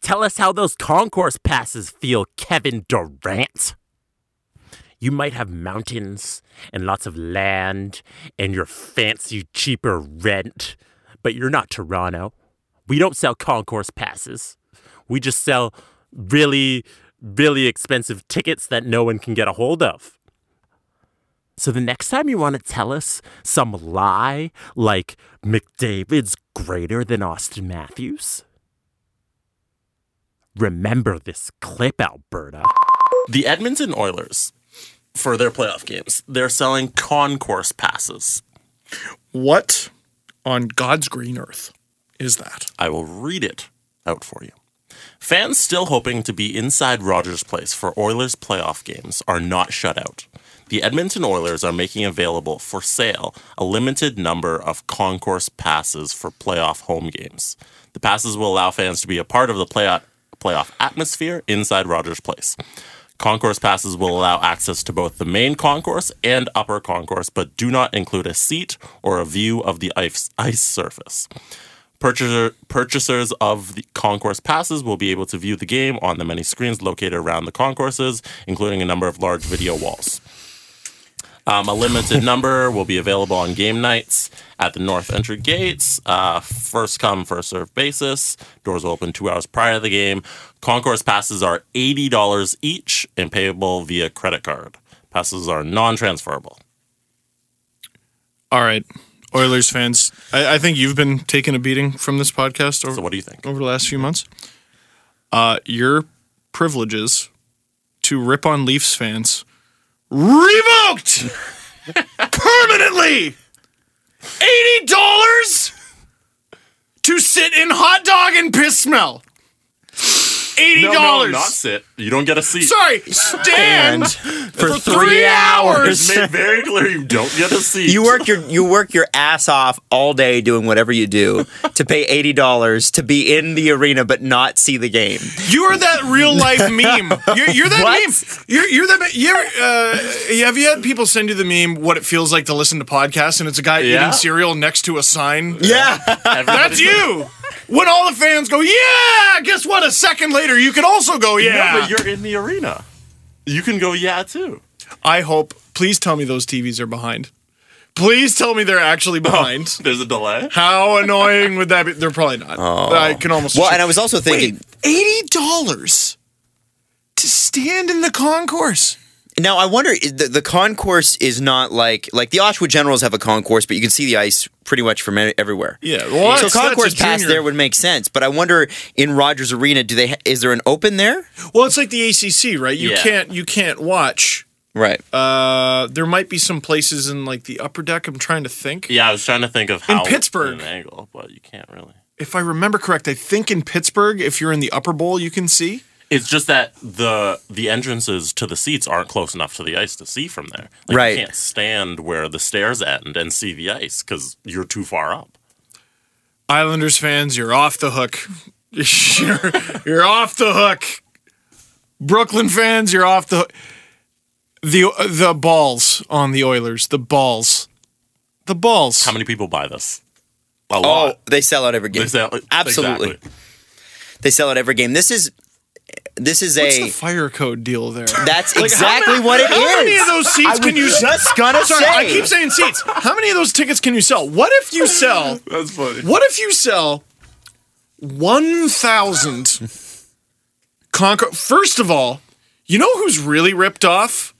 Speaker 6: Tell us how those concourse passes feel, Kevin Durant. You might have mountains and lots of land and your fancy, cheaper rent, but you're not Toronto. We don't sell concourse passes. We just sell really, really expensive tickets that no one can get a hold of. So the next time you want to tell us some lie like McDavid's greater than Austin Matthews, Remember this clip, Alberta.
Speaker 4: The Edmonton Oilers, for their playoff games, they're selling concourse passes.
Speaker 8: What on God's green earth is that?
Speaker 4: I will read it out for you. Fans still hoping to be inside Rogers Place for Oilers playoff games are not shut out. The Edmonton Oilers are making available for sale a limited number of concourse passes for playoff home games. The passes will allow fans to be a part of the playoff playoff atmosphere inside Rogers Place. Concourse passes will allow access to both the main concourse and upper concourse, but do not include a seat or a view of the ice, ice surface. Purchaser, purchasers of the concourse passes will be able to view the game on the many screens located around the concourses, including a number of large video walls. Um, a limited number will be available on game nights at the north entry gates. Uh, first come, first served basis. Doors will open two hours prior to the game. Concourse passes are $80 each and payable via credit card. Passes are non transferable.
Speaker 8: All right, Oilers fans, I, I think you've been taking a beating from this podcast
Speaker 4: So,
Speaker 8: over,
Speaker 4: what do you think?
Speaker 8: over the last few months. Uh, your privileges to rip on Leafs fans revoked permanently. Eighty dollars to sit in hot dog and piss smell. Eighty
Speaker 4: No,
Speaker 8: dollars.
Speaker 4: no, not sit. You don't get a seat.
Speaker 8: Sorry, stand
Speaker 4: for,
Speaker 8: three hours.
Speaker 4: It's made very clear you don't get a seat.
Speaker 5: You work your you work your ass off all day doing whatever you do to pay eighty dollars to be in the arena but not see the game.
Speaker 8: You are that real life meme. You're, you're that
Speaker 5: What?
Speaker 8: meme. You're, you're that. me- You're, uh, you- have you had people send you the meme? What it feels like to listen to podcasts, and it's a guy
Speaker 4: Yeah.
Speaker 8: eating cereal next to a sign.
Speaker 5: Yeah.
Speaker 8: That's you. When all the fans go, yeah. Guess what? A second later, you can also go,
Speaker 4: No,
Speaker 8: yeah.
Speaker 4: but you're in the arena. You can go, yeah, too.
Speaker 8: I hope. Please tell me those TVs are behind. Please tell me they're actually
Speaker 5: Oh.
Speaker 8: behind.
Speaker 4: There's a delay.
Speaker 8: How annoying would that be? They're probably not. I can almost.
Speaker 5: Oh. Well, and I was also thinking.
Speaker 8: eighty dollars to stand in the concourse.
Speaker 5: Now I wonder i- the, the concourse is not like like the Oshawa Generals have a concourse, but you can see the ice pretty much from e- everywhere.
Speaker 8: Yeah, well,
Speaker 5: so
Speaker 8: that's- that's a
Speaker 5: concourse pass
Speaker 8: junior-
Speaker 5: there would make sense, but I wonder in Rogers Arena, do they ha- is there an open there?
Speaker 8: Well, it's like the ACC, right? You
Speaker 4: Yeah.
Speaker 8: can't you can't watch.
Speaker 5: Right.
Speaker 8: Uh, there might be some places in like the upper deck. I'm trying to think.
Speaker 4: Yeah, I was trying to think of how
Speaker 8: Pittsburgh.
Speaker 4: an angle, but you can't really.
Speaker 8: If I remember correct, I think in Pittsburgh, if you're in the upper bowl, you can see.
Speaker 4: It's just that the the entrances to the seats aren't close enough to the ice to see from there. Like,
Speaker 5: Right.
Speaker 4: You can't stand where the stairs end and see the ice because you're too far up.
Speaker 8: Islanders fans, you're off the hook. you're, you're off the hook. Brooklyn fans, you're off the hook. The uh, the balls on the Oilers. The balls. The balls.
Speaker 4: How many people buy this? A
Speaker 5: Oh,
Speaker 4: lot.
Speaker 5: they sell out every game.
Speaker 4: Is that- like,
Speaker 5: Absolutely,
Speaker 4: exactly.
Speaker 5: they sell out every game. This is this is
Speaker 8: What's
Speaker 5: a
Speaker 8: the fire code deal there?
Speaker 5: that's exactly what it is.
Speaker 8: How many of those seats can you sell?
Speaker 5: just gonna
Speaker 8: Sorry,
Speaker 5: say?
Speaker 8: I keep saying seats. How many of those tickets can you sell? What if you sell?
Speaker 4: That's funny.
Speaker 8: What if you sell one thousand? Conquer. First of all, you know who's really ripped off?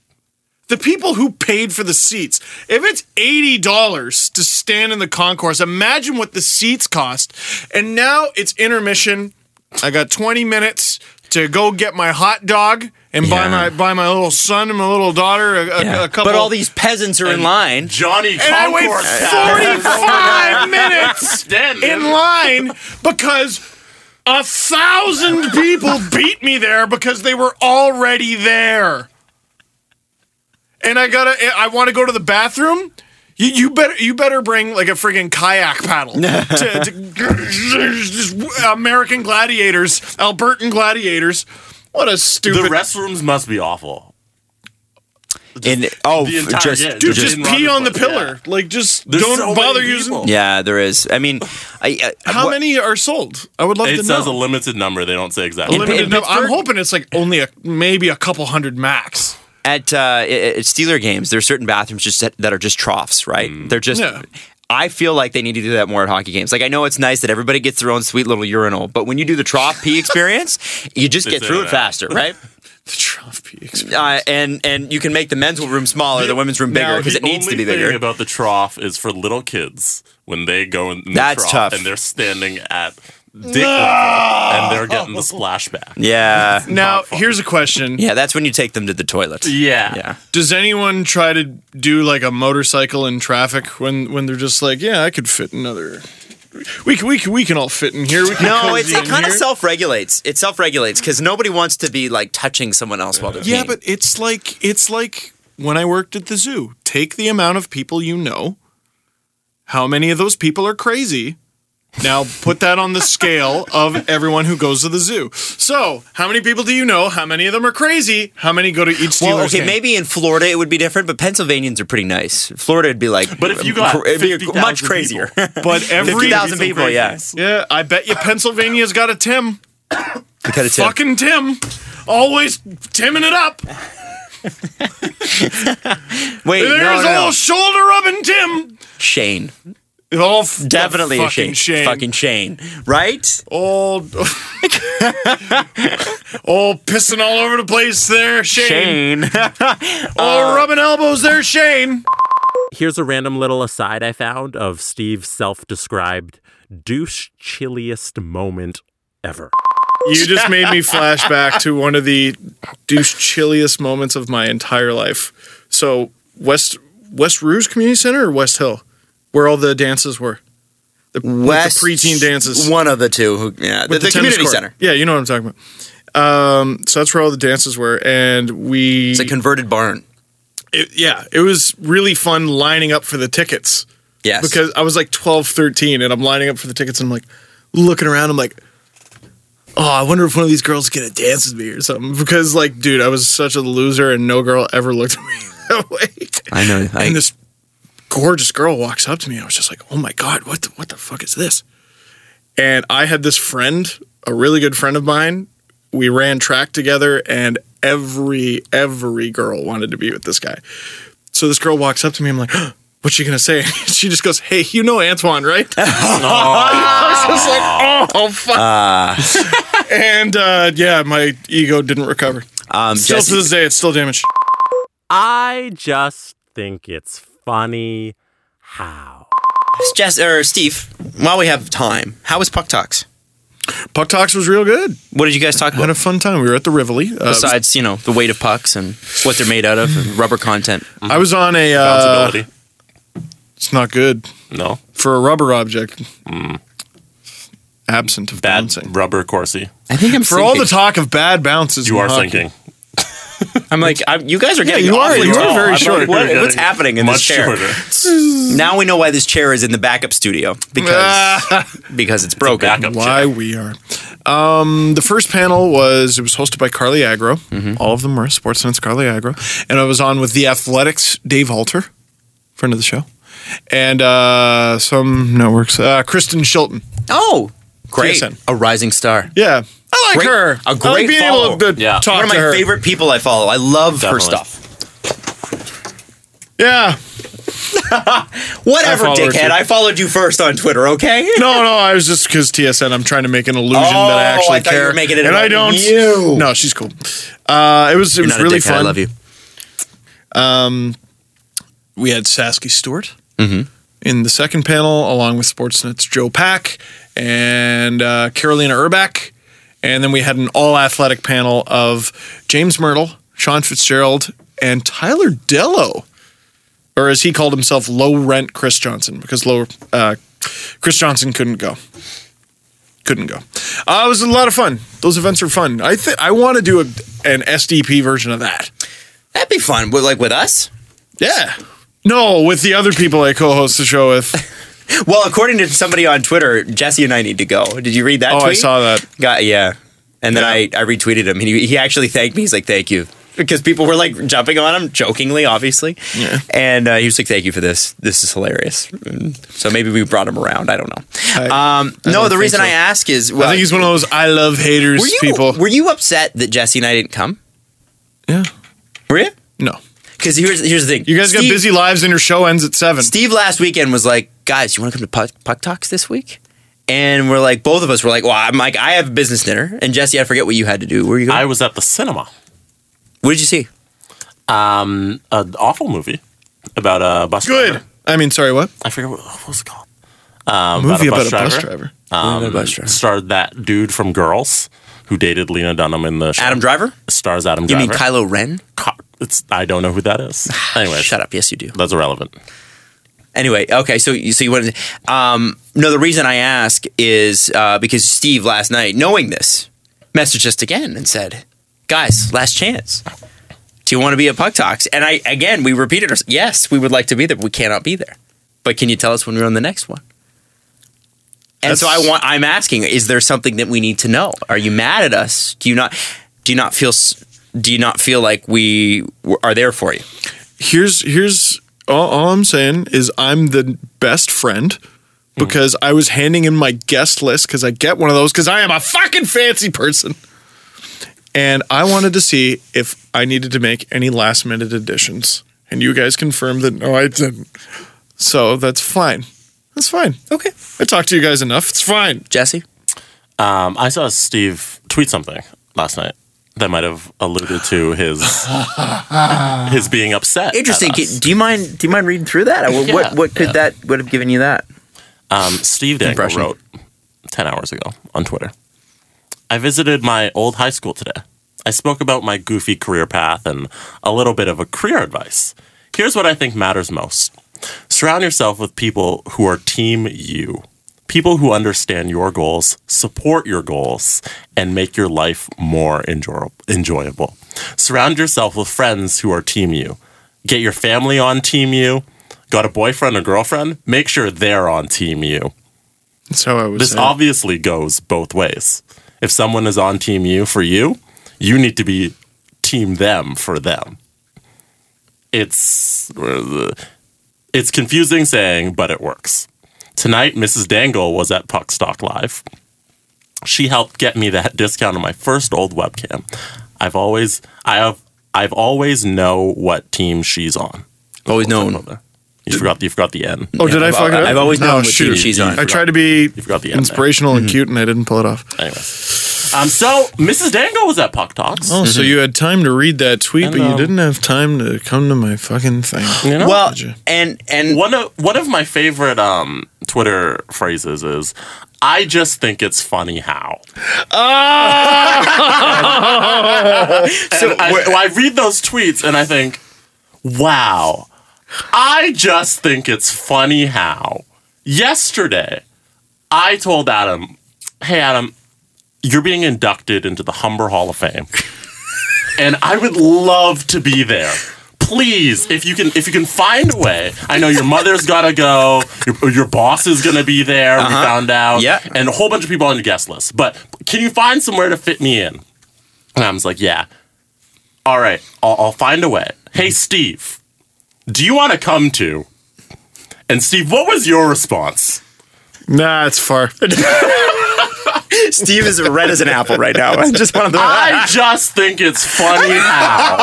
Speaker 8: The people who paid for the seats. If it's eighty dollars to stand in the concourse, imagine what the seats cost. And now it's intermission. I got twenty minutes to go get my hot dog and buy
Speaker 5: Yeah.
Speaker 8: my buy my little son and my little daughter a, a- a couple.
Speaker 5: but all these peasants are in line.
Speaker 4: Johnny
Speaker 8: and I wait
Speaker 4: Concourse.
Speaker 8: forty-five minutes
Speaker 4: Damn,
Speaker 8: in
Speaker 4: man.
Speaker 8: line because a thousand people beat me there because they were already there. And I gotta, I want to go to the bathroom. You, you better, you better bring like a friggin' kayak paddle to, to just American gladiators, Albertan gladiators. What a
Speaker 4: the
Speaker 8: stupid
Speaker 4: restrooms must be awful.
Speaker 5: In oh,
Speaker 4: The entire
Speaker 5: just
Speaker 4: game.
Speaker 8: dude!
Speaker 4: just
Speaker 8: Just
Speaker 4: in Rogers
Speaker 8: pee on the
Speaker 4: Place,
Speaker 8: pillar. Like just
Speaker 4: There's
Speaker 8: don't
Speaker 4: so many
Speaker 8: bother
Speaker 4: people.
Speaker 8: using.
Speaker 5: yeah, there is. I mean, I, I
Speaker 8: How
Speaker 5: what-
Speaker 8: many are sold? I would love
Speaker 4: It
Speaker 8: to know.
Speaker 4: says a limited number. They don't say exactly.
Speaker 5: Limited
Speaker 8: limited
Speaker 5: in
Speaker 8: number. I'm
Speaker 5: Pittsburgh?
Speaker 8: hoping it's like only a, maybe a couple hundred max.
Speaker 5: at uh, at at Steeler games, there's certain bathrooms just that, that are just troughs, right?
Speaker 4: Mm.
Speaker 5: They're just.
Speaker 8: Yeah.
Speaker 5: I feel like they need to do that more at hockey games. Like I know it's nice that everybody gets their own sweet little urinal, but when you do the trough pee experience, you just get
Speaker 4: say
Speaker 5: through it
Speaker 4: that.
Speaker 5: faster, right?
Speaker 8: The trough peaks.
Speaker 5: Uh, and and you can make the men's room smaller, the women's room bigger
Speaker 4: Now,
Speaker 5: because
Speaker 4: the
Speaker 5: it needs to
Speaker 4: only
Speaker 5: be
Speaker 4: Thing
Speaker 5: bigger.
Speaker 4: about the trough is for little kids when they go in the
Speaker 5: That's
Speaker 4: trough
Speaker 5: tough.
Speaker 4: and they're standing at dick level, and they're getting the splashback.
Speaker 5: Yeah.
Speaker 8: Now, here's a question.
Speaker 5: Yeah, that's when you take them to the toilet.
Speaker 4: Yeah.
Speaker 5: Yeah.
Speaker 8: Does anyone try to do like a motorcycle in traffic when when they're just like, yeah, I could fit another. We can, we can, we can all fit in here. We can
Speaker 5: No,
Speaker 8: cozy
Speaker 5: it's, it
Speaker 8: in
Speaker 5: kind of
Speaker 8: here."
Speaker 5: self regulates. It self regulates because nobody wants to be like touching someone else while they're
Speaker 8: Yeah,
Speaker 5: peeing.
Speaker 8: but it's like it's like when I worked at the zoo. Take the amount of people you know. How many of those people are crazy? Now put that on the scale of everyone who goes to the zoo. So, how many people do you know? How many of them are crazy? How many go to each Steelers
Speaker 5: Well, okay,
Speaker 8: game?
Speaker 5: maybe in Florida it would be different, but Pennsylvanians are pretty nice. Florida would be like,
Speaker 4: But if you got
Speaker 5: it'd be
Speaker 4: 50,000
Speaker 5: much
Speaker 4: people.
Speaker 5: crazier.
Speaker 8: But every
Speaker 5: Fifty thousand people, yeah,
Speaker 8: yeah, I bet you Pennsylvania's got a Tim.
Speaker 5: because it's
Speaker 8: Fucking Tim, always Timming it up.
Speaker 5: wait, no,
Speaker 8: There's
Speaker 5: no,
Speaker 8: old
Speaker 5: no.
Speaker 8: shoulder rubbing Tim.
Speaker 5: Shane,
Speaker 8: Oh, f-
Speaker 5: definitely
Speaker 8: fucking
Speaker 5: a Shane.
Speaker 8: Shane.
Speaker 5: fucking Shane, right?
Speaker 8: old old pissing all over the place there shane, all rubbing elbows there shane
Speaker 6: Here's a random little aside I found of Steve's self described douche chilliest moment ever.
Speaker 8: you just made me flashback to one of the douche chilliest moments of my entire life so west west rouge community center or west hill where all the dances were the, like the
Speaker 5: West
Speaker 8: preteen dances
Speaker 5: One of the two. Who, yeah, the, the
Speaker 8: tennis
Speaker 5: community
Speaker 8: court.
Speaker 5: center.
Speaker 8: yeah you know what i'm talking about um, so that's where all the dances were and we
Speaker 5: It's a converted barn.
Speaker 8: it, yeah, it was really fun lining up for the tickets
Speaker 5: Yes,
Speaker 8: because I was like 12, 13 and I'm lining up for the tickets and I'm like looking around. I'm like, oh, I wonder if one of these girls is going to dance with me or something. Because, like, dude, I was such a loser and no girl ever looked at me that way.
Speaker 5: I know. I,
Speaker 8: and this gorgeous girl walks up to me. I was just like, oh my God, what the, what the fuck is this? And I had this friend, a really good friend of mine. We ran track together, and every, every girl wanted to be with this guy. So this girl walks up to me. I'm like, what's she going to say? she just goes, hey, you know Antoine, right? I was just like, oh, fuck. and uh, yeah, my ego didn't recover.
Speaker 5: um,
Speaker 8: Still
Speaker 5: Jesse-
Speaker 8: to this day, it's still damaged.
Speaker 6: I just think it's funny how.
Speaker 5: Jess or Steve, while we have time, how was Puck Talks?
Speaker 8: Puck Talks was real good.
Speaker 5: What did you guys talk
Speaker 8: Had
Speaker 5: about?
Speaker 8: a fun time. We were at the Rivoli. Uh,
Speaker 5: Besides, you know, the weight of pucks and what they're made out of, and rubber content.
Speaker 8: I was on a. Uh,
Speaker 4: Bounceability.
Speaker 8: it's not good
Speaker 4: no.
Speaker 8: for a rubber object. Absent of
Speaker 4: Mm. Bad
Speaker 8: bouncing.
Speaker 4: rubber Corsi.
Speaker 5: I think I'm
Speaker 8: For all the talk of bad bounces,
Speaker 4: You
Speaker 8: in
Speaker 4: are
Speaker 8: hockey,
Speaker 4: thinking.
Speaker 5: I'm like, I, you guys are getting
Speaker 8: you are-
Speaker 5: awfully
Speaker 8: you are
Speaker 5: tall.
Speaker 8: very
Speaker 5: I'm like,
Speaker 8: short.
Speaker 5: what-
Speaker 4: You're
Speaker 5: what's
Speaker 4: getting
Speaker 5: happening in this
Speaker 4: Much
Speaker 5: chair?
Speaker 4: shorter.
Speaker 5: Now we know why this chair is in the backup studio because because it's broken.
Speaker 4: Backup
Speaker 8: why
Speaker 4: chair.
Speaker 8: we are. Um, the first panel was it was hosted by Carly Agro.
Speaker 4: Mm-hmm.
Speaker 8: All of them were Sportsnet's Carly Agro, and I was on with the Athletics Dave Alter, friend of the show, and uh, some networks. Uh, Kristen Shilton.
Speaker 5: Oh, great!
Speaker 8: TSN.
Speaker 5: A rising star.
Speaker 8: Yeah, I like
Speaker 5: Great-
Speaker 8: her.
Speaker 5: a
Speaker 8: I like
Speaker 5: great
Speaker 8: being
Speaker 5: follow.
Speaker 8: able to, to
Speaker 4: Yeah.
Speaker 8: talk
Speaker 5: One of
Speaker 8: to
Speaker 5: my
Speaker 8: her.
Speaker 5: favorite people I follow. I love her
Speaker 4: Definitely.
Speaker 5: stuff.
Speaker 8: Yeah,
Speaker 5: Whatever,
Speaker 8: I follow her
Speaker 5: dickhead.
Speaker 8: too.
Speaker 5: I followed you first on Twitter. Okay.
Speaker 8: No, no, I was just because TSN. I'm trying to make an illusion
Speaker 5: Oh,
Speaker 8: that I actually
Speaker 5: I thought you
Speaker 8: care,
Speaker 5: were making it
Speaker 8: and I
Speaker 5: about
Speaker 8: don't.
Speaker 5: you.
Speaker 8: No, she's cool. Uh, it was it
Speaker 5: You're
Speaker 8: was
Speaker 5: not
Speaker 8: really
Speaker 5: a dickhead.
Speaker 8: fun.
Speaker 5: I love you.
Speaker 8: We had Saskia Stewart in the second panel, along with Sportsnet's Joe Pack and uh, Carolina Urbach, and then we had an all athletic panel of James Myrtle, Sean Fitzgerald, and Tyler Dello, or as he called himself, low rent Chris Johnson, because low uh, Chris Johnson couldn't go. couldn't go. Uh, it was a lot of fun. Those events are fun. I th- I want to do a, an SDP version of that.
Speaker 5: That'd be fun. With, like with us.
Speaker 8: Yeah. No, with the other people I co-host the show with.
Speaker 5: Well, according to somebody on Twitter, Jesse and I need to go. Did you read that?
Speaker 8: oh, I
Speaker 5: tweet?
Speaker 8: saw that.
Speaker 5: Got yeah. And then I, I retweeted him. He, he actually thanked me. He's like, thank you. Because people were like jumping on him, jokingly, obviously. Yeah. And uh, he was like, thank you for this. This is hilarious. And So maybe we brought him around. I don't know.
Speaker 8: I-
Speaker 5: um, no,
Speaker 8: don't
Speaker 5: the
Speaker 8: think
Speaker 5: reason
Speaker 8: so.
Speaker 5: I ask is
Speaker 8: I think he's one of those I love haters
Speaker 5: were you,
Speaker 8: people.
Speaker 5: Were you upset that Jesse and I didn't come?
Speaker 8: yeah.
Speaker 5: Were you?
Speaker 8: No.
Speaker 5: Because here's, here's the thing.
Speaker 8: You guys got
Speaker 5: Steve-
Speaker 8: busy lives and your show ends at 7.
Speaker 5: Steve last weekend was like, guys, you want to come to Puck, Puck Talks this week? And we're like, both of us were like, well, I'm like, I have business dinner. And Jesse, I forget what you had to do. Where you going?
Speaker 4: I was at the cinema.
Speaker 5: what did you see?
Speaker 4: Um, an awful movie about a bus.
Speaker 8: Good.
Speaker 4: driver.
Speaker 8: I mean, sorry, what?
Speaker 4: I forget what, what was it called. um,
Speaker 8: Movie about a bus driver.
Speaker 4: Um,
Speaker 5: bus driver.
Speaker 4: Starred that dude from Girls who dated Lena Dunham in the show.
Speaker 5: Adam Driver?
Speaker 4: Stars Adam
Speaker 5: You
Speaker 4: Driver.
Speaker 5: mean Kylo Ren?
Speaker 4: Ca- It's, I don't know who that is. Anyway,
Speaker 5: Shut up. Yes, you do.
Speaker 4: That's irrelevant.
Speaker 5: Anyway, okay. So, you- so you wanted. Um, no, the reason I ask is uh, because Steve last night, knowing this, messaged us again and said, "Guys, last chance. Do you want to be at Puck Talks?" And I again, we repeated, ours, "Yes, we would like to be there. but We cannot be there, but can you tell us when we're on the next one?" And so I want. I'm asking: Is there something that we need to know? Are you mad at us? Do you not? Do you not feel? s- Do you not feel like we w- are there for you?
Speaker 8: here's here's all, all I'm saying is I'm the best friend because I was handing in my guest list because I get one of those because I am a fucking fancy person. And I wanted to see if I needed to make any last minute additions. And you guys confirmed that no, I didn't. So that's fine. That's fine.
Speaker 5: Okay,
Speaker 8: I talked to you guys enough. It's fine.
Speaker 5: Jesse.
Speaker 4: Um, I saw Steve tweet something last night that might have alluded to his his being upset. at
Speaker 5: Interesting.
Speaker 4: us.
Speaker 5: Ca- Do you mind? Do you mind reading through that? What
Speaker 4: Yeah.
Speaker 5: what, what could that would have given you that?
Speaker 4: Um, Steve Dangle
Speaker 5: Impression.
Speaker 4: wrote 10 hours ago on Twitter. I visited my old high school today. I spoke about my goofy career path and a little bit of a career advice. Here's what I think matters most surround yourself with people who are team you, people who understand your goals, support your goals, and make your life more enjoy- enjoyable. Surround yourself with friends who are team you. Get your family on team you. Got a boyfriend or girlfriend? Make sure they're on team you.
Speaker 8: That's how I was.
Speaker 4: This
Speaker 8: saying.
Speaker 4: obviously goes both ways. If someone is on team you for you, you need to be team them for them. It's it's confusing saying, but it works. Tonight, Mrs. Dangle was at Puckstock Live. She helped get me that discount on my first old webcam. I've always I have I've always know what team she's on.
Speaker 5: Always known.
Speaker 4: You forgot you forgot the N.
Speaker 8: oh, did I
Speaker 5: I've-
Speaker 8: fuck it up?
Speaker 5: I've always known
Speaker 8: Oh,
Speaker 5: what team
Speaker 8: shoot.
Speaker 5: she's on.
Speaker 8: I tried to be
Speaker 4: You forgot the N. there.
Speaker 8: inspirational and cute, and I didn't pull it off.
Speaker 4: Anyway. Um, so Mrs. Dangle was at Puck Talks.
Speaker 8: Oh, so you had time to read that tweet, but you
Speaker 4: um,
Speaker 8: didn't have time to come to my fucking thing.
Speaker 4: You know?
Speaker 5: Well,
Speaker 8: Did you?
Speaker 5: and and
Speaker 4: one of one of my favorite um, Twitter phrases is, "I just think it's funny how."
Speaker 8: Ah!
Speaker 4: so I, well, I read those tweets and I think, "Wow, I just think it's funny how." Yesterday, I told Adam, "Hey, Adam, you're being inducted into the Humber Hall of Fame." and I would love to be there. Please, if you can, if you can find a way. I know your mother's gotta go. Your, your boss is gonna be there. We found out.
Speaker 5: Yeah.
Speaker 4: and a whole bunch of people on your guest list. But can you find somewhere to fit me in? And I was like, yeah. All right, I'll, I'll find a way. Hey, Steve, do you want to come to? And Steve, what was your response?
Speaker 8: Nah, it's far.
Speaker 5: Steve is red as an apple right now. I just wanted to.
Speaker 4: I just think it's funny how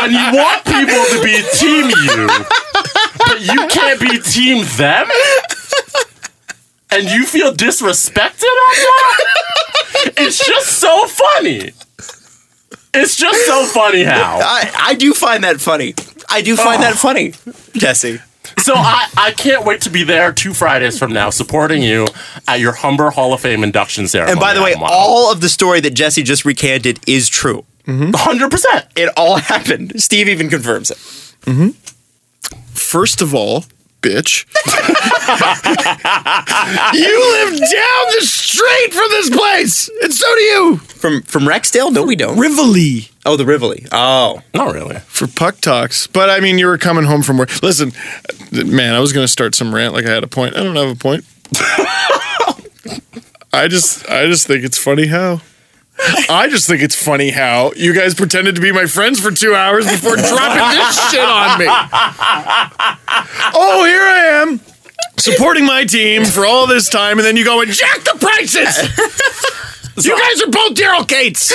Speaker 4: when you want people to be team you, but you can't be team them, and you feel disrespected on that. It's just so funny. It's just so funny how.
Speaker 5: I, I do find that funny. I do find that funny, Jesse.
Speaker 4: So I, I can't wait to be there two Fridays from now supporting you at your Humber Hall of Fame induction ceremony.
Speaker 5: And by the way,
Speaker 4: Adam Wilde.
Speaker 5: all of the story that Jesse just recanted is true.
Speaker 4: 100%.
Speaker 5: It all happened. Steve even confirms it.
Speaker 8: First of all, bitch, you live down the street from this place, and so do you.
Speaker 5: From from Rexdale? No, we don't.
Speaker 8: Rivoli
Speaker 5: oh, the Rivoli. Oh,
Speaker 4: Not really.
Speaker 8: for puck talks, but I mean, you were coming home from work. Listen, man, I was gonna start some rant like I had a point. I don't have a point. I just, I just think it's funny how. I just think it's funny how you guys pretended to be my friends for two hours before dropping this shit on me. Oh, here I am supporting my team for all this time, and then you go and jack the prices. you guys are both Daryl Gates.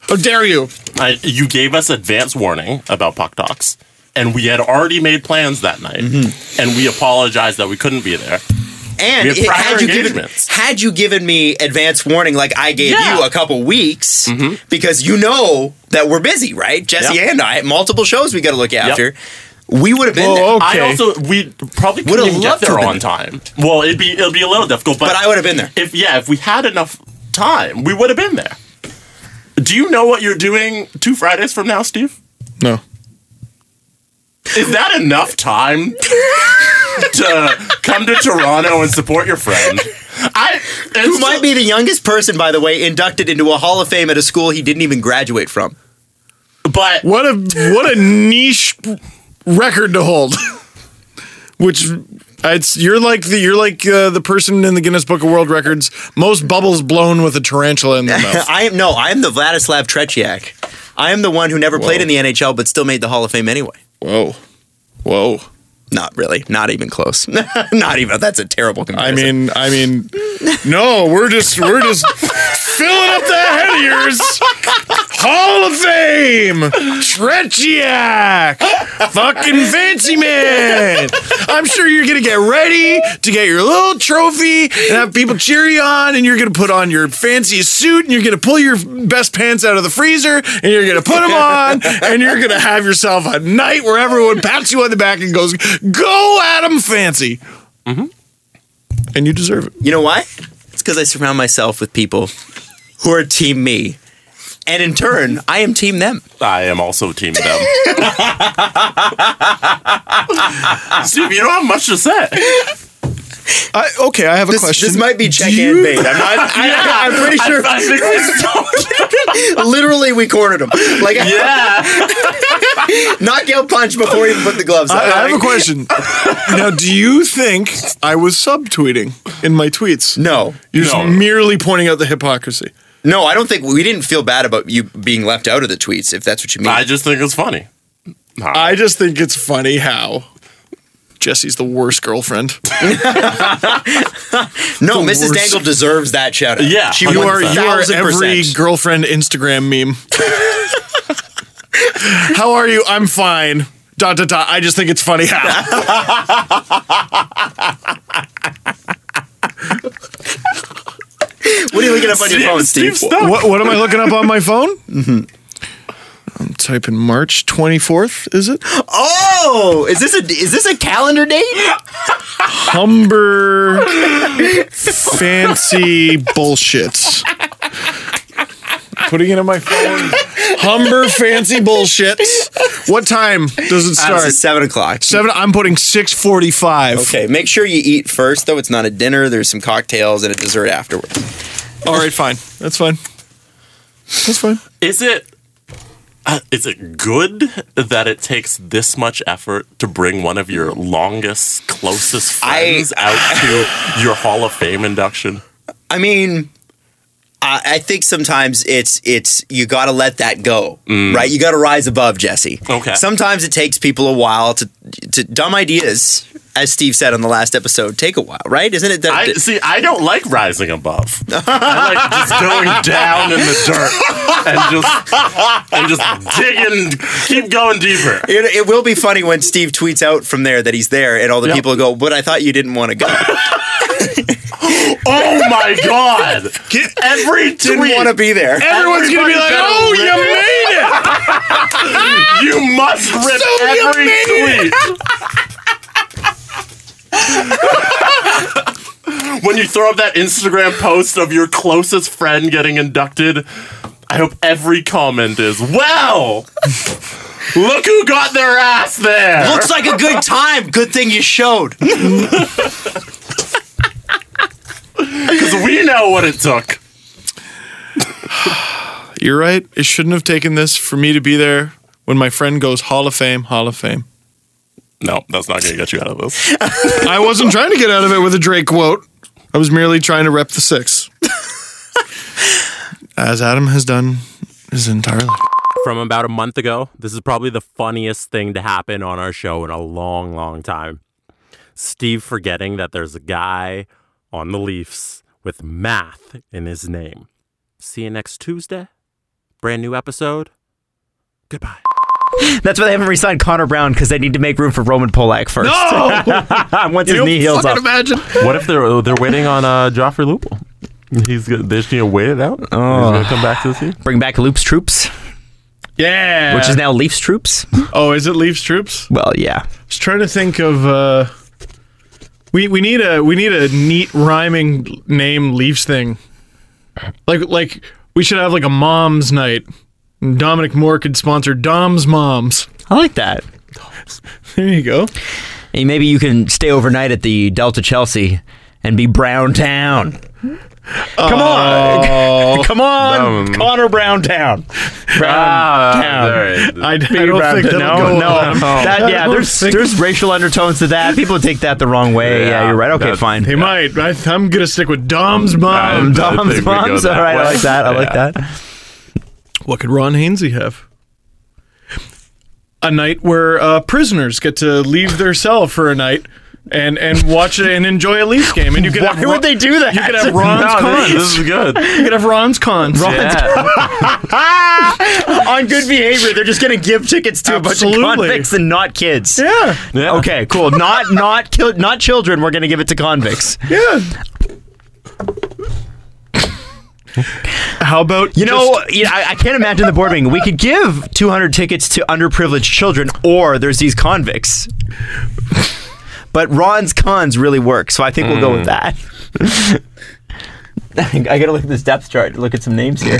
Speaker 8: How dare you?
Speaker 4: I, you gave us advance warning about Puck Talks, and we had already made plans that night,
Speaker 5: Mm-hmm.
Speaker 4: and we apologized that we couldn't be there.
Speaker 5: and
Speaker 4: We have
Speaker 5: it-
Speaker 4: prior
Speaker 5: had you given
Speaker 4: engagements.
Speaker 5: had you given me advance warning like I gave
Speaker 4: Yeah.
Speaker 5: you a couple weeks
Speaker 8: Mm-hmm.
Speaker 5: because you know that we're busy, right? Jesse
Speaker 4: Yep.
Speaker 5: and I, multiple shows we got to look after. we would have been there.
Speaker 8: Whoa,
Speaker 4: I
Speaker 8: Okay.
Speaker 4: also we probably
Speaker 5: Would've
Speaker 4: couldn't even get
Speaker 5: loved to
Speaker 4: there
Speaker 5: have
Speaker 4: on
Speaker 5: been
Speaker 4: time. Well, it'd be it'd be a little difficult, but,
Speaker 5: But I would have been there.
Speaker 4: if yeah, if we had enough time, we would have been there. Do you know what you're doing two Fridays from now, Steve?
Speaker 8: No.
Speaker 4: Is that enough time to come to Toronto and support your friend? I
Speaker 5: Who might be the youngest person, by the way, inducted into a Hall of Fame at a school he didn't even graduate from.
Speaker 4: but
Speaker 8: What a what a niche record to hold. Which it's you're like the you're like uh, the person in the Guinness Book of World Records most bubbles blown with a tarantula in their mouth.
Speaker 5: I am no, I am the Vladislav Tretiak. I am the one who never played in the NHL but still made the Hall of Fame anyway.
Speaker 8: Whoa. Whoa.
Speaker 5: Not really. Not even close. Not even. That's a terrible
Speaker 8: I
Speaker 5: comparison.
Speaker 8: mean, I mean, no, we're just, we're just filling up that head of yours. Hall of Fame, Tretiak, fucking fancy man. I'm sure you're gonna get ready to get your little trophy and have people cheer you on, and you're gonna put on your fanciest suit, and you're gonna pull your best pants out of the freezer, and you're gonna put them on, and you're gonna have yourself a night where everyone pats you on the back and goes, "Go, Adam Fancy." And you deserve it.
Speaker 5: you know why? It's because I surround myself with people who are team me. And in turn, I am team them.
Speaker 4: I am also team them. Steve, you don't have much to say.
Speaker 8: I, okay, I have a
Speaker 5: This,
Speaker 8: question.
Speaker 5: this might be
Speaker 8: Do
Speaker 5: check
Speaker 8: you-
Speaker 5: and bait. I'm not. I, am pretty sure.
Speaker 4: I think we
Speaker 5: literally, we cornered him. Like,
Speaker 4: yeah.
Speaker 5: knockout punch before he even put the gloves on.
Speaker 8: I, I have a question. now, do you think I was subtweeting in my tweets?
Speaker 5: no,
Speaker 8: You're just merely pointing out the hypocrisy.
Speaker 5: no, I don't think we didn't feel bad about you being left out of the tweets. If that's what you mean.
Speaker 4: I just think it's funny.
Speaker 8: I just think it's funny how Jesse's the worst girlfriend.
Speaker 5: no,
Speaker 8: the
Speaker 5: Mrs.
Speaker 8: worst.
Speaker 5: Dangle deserves that shout out.
Speaker 4: Yeah,
Speaker 5: she
Speaker 4: You
Speaker 8: You are you are
Speaker 5: 1000%.
Speaker 8: every girlfriend Instagram meme. how are you? I'm fine. Dot dot dot. I just think it's funny how.
Speaker 5: What are you looking up on your phone, Steve?
Speaker 8: what, what am I looking up on my phone? Mm-hmm. I'm typing March 24th. Is it?
Speaker 5: Oh, is this a is this a calendar date?
Speaker 8: Humber fancy bullshit. Putting it on my phone. Humber fancy bullshit. What time does it
Speaker 5: This
Speaker 8: start?
Speaker 5: is seven o'clock.
Speaker 8: Seven. I'm putting six forty-five.
Speaker 5: Okay, make sure you eat first, though. It's not a dinner. There's some cocktails and a dessert afterwards.
Speaker 8: All right, fine. That's fine. That's fine.
Speaker 4: Is it uh, is it good that it takes this much effort to bring one of your longest, closest
Speaker 5: I-
Speaker 4: friends out to your Hall of Fame induction?
Speaker 5: I mean, I, I think sometimes it's it's you got to let that go, right? You got to rise above, Jesse.
Speaker 4: Mm. Okay.
Speaker 5: Sometimes it takes people a while to to dumb ideas, as Steve said on the last episode, take a while, right? Isn't it? That,
Speaker 4: I see. I don't like rising above. I like just going down in the dirt and just and just digging, keep going deeper.
Speaker 5: it, it will be funny when Steve tweets out from there that he's there, and all the people go, "But I thought you didn't want to go.
Speaker 4: Oh my god! Every tweet,
Speaker 5: didn't want to be there."
Speaker 8: Everyone's gonna be
Speaker 4: Everybody
Speaker 8: like,
Speaker 4: better
Speaker 8: "Oh, you
Speaker 4: live it."
Speaker 8: made it!"
Speaker 4: you must rip every tweet. when you throw up that Instagram post of your closest friend getting inducted, I hope every comment is, "Wow, look who got their ass there."
Speaker 5: Looks like a good time. Good thing you showed.
Speaker 4: Because we know what it took.
Speaker 8: You're right. It shouldn't have taken this for me to be there when my friend goes Hall of Fame, Hall of Fame.
Speaker 4: No, that's not going to get you out of this.
Speaker 8: I wasn't trying to get out of it with a Drake quote. I was merely trying to rep the six. As Adam has done his entire life.
Speaker 6: From about a month ago, this is probably the funniest thing to happen on our show in a long, long time. Steve forgetting that there's a guy on the Leafs with math in his name. See you next Tuesday. Brand new episode. Goodbye.
Speaker 10: That's why they haven't re-signed Connor Brown because they need to make room for Roman Polak first. No, once his knee heals up.
Speaker 8: imagine.
Speaker 6: What if they're they're waiting on uh, Joffrey Lupel?
Speaker 5: Oh.
Speaker 6: He's gonna, they're just gonna wait it out. He's gonna come back to the team.
Speaker 10: Bring back Loops troops.
Speaker 8: Yeah.
Speaker 5: which is now Leafs troops.
Speaker 8: Oh, is it Leafs troops? I
Speaker 5: Well, yeah.
Speaker 8: was trying to think of. Uh, we we need a we need a neat rhyming name Leafs thing. Like like we should have like a mom's night. Dominic Moore could sponsor Dom's moms.
Speaker 5: I like that.
Speaker 8: There you go.
Speaker 5: And maybe you can stay overnight at the Delta Chelsea and be Brown Town. Come
Speaker 8: Oh.
Speaker 5: on. Come on.
Speaker 8: Um,
Speaker 5: Connor Brown Town. Brown
Speaker 8: uh,
Speaker 5: Town.
Speaker 8: I, I don't think
Speaker 5: Brown
Speaker 8: that'll
Speaker 5: Town.
Speaker 8: go.
Speaker 5: no, no.
Speaker 8: well.
Speaker 5: That,
Speaker 8: I
Speaker 5: yeah,
Speaker 8: don't
Speaker 5: there's
Speaker 8: think-
Speaker 5: there's racial undertones to that. People take that the wrong way. Yeah, you're right. Okay, fine.
Speaker 8: They might. I, I'm gonna stick with Dom's
Speaker 5: Um,
Speaker 8: mom.
Speaker 5: Dom's moms. All right, I like that. I like that.
Speaker 8: What could Ron Hainsey have? A night where uh, prisoners get to leave their cell for a night and and watch it and enjoy a Leafs game. And you could
Speaker 5: Why
Speaker 8: have Ro-
Speaker 5: would they do that?
Speaker 8: You could have Ron's cons.
Speaker 4: this is good.
Speaker 8: you could have Ron's cons.
Speaker 5: on good behavior. They're just gonna give tickets to a bunch of
Speaker 8: Absolutely.
Speaker 5: convicts and not kids.
Speaker 8: Yeah,
Speaker 5: Okay, cool. Not not ki- not children. We're gonna give it to convicts.
Speaker 8: yeah. How about
Speaker 5: You know, you know, I, I can't imagine the board being. We could give 200 tickets to underprivileged children, or there's these convicts. But Ron's cons really work, so I think we'll go with that. Hmm. I gotta look at this depth chart. Look at some names here.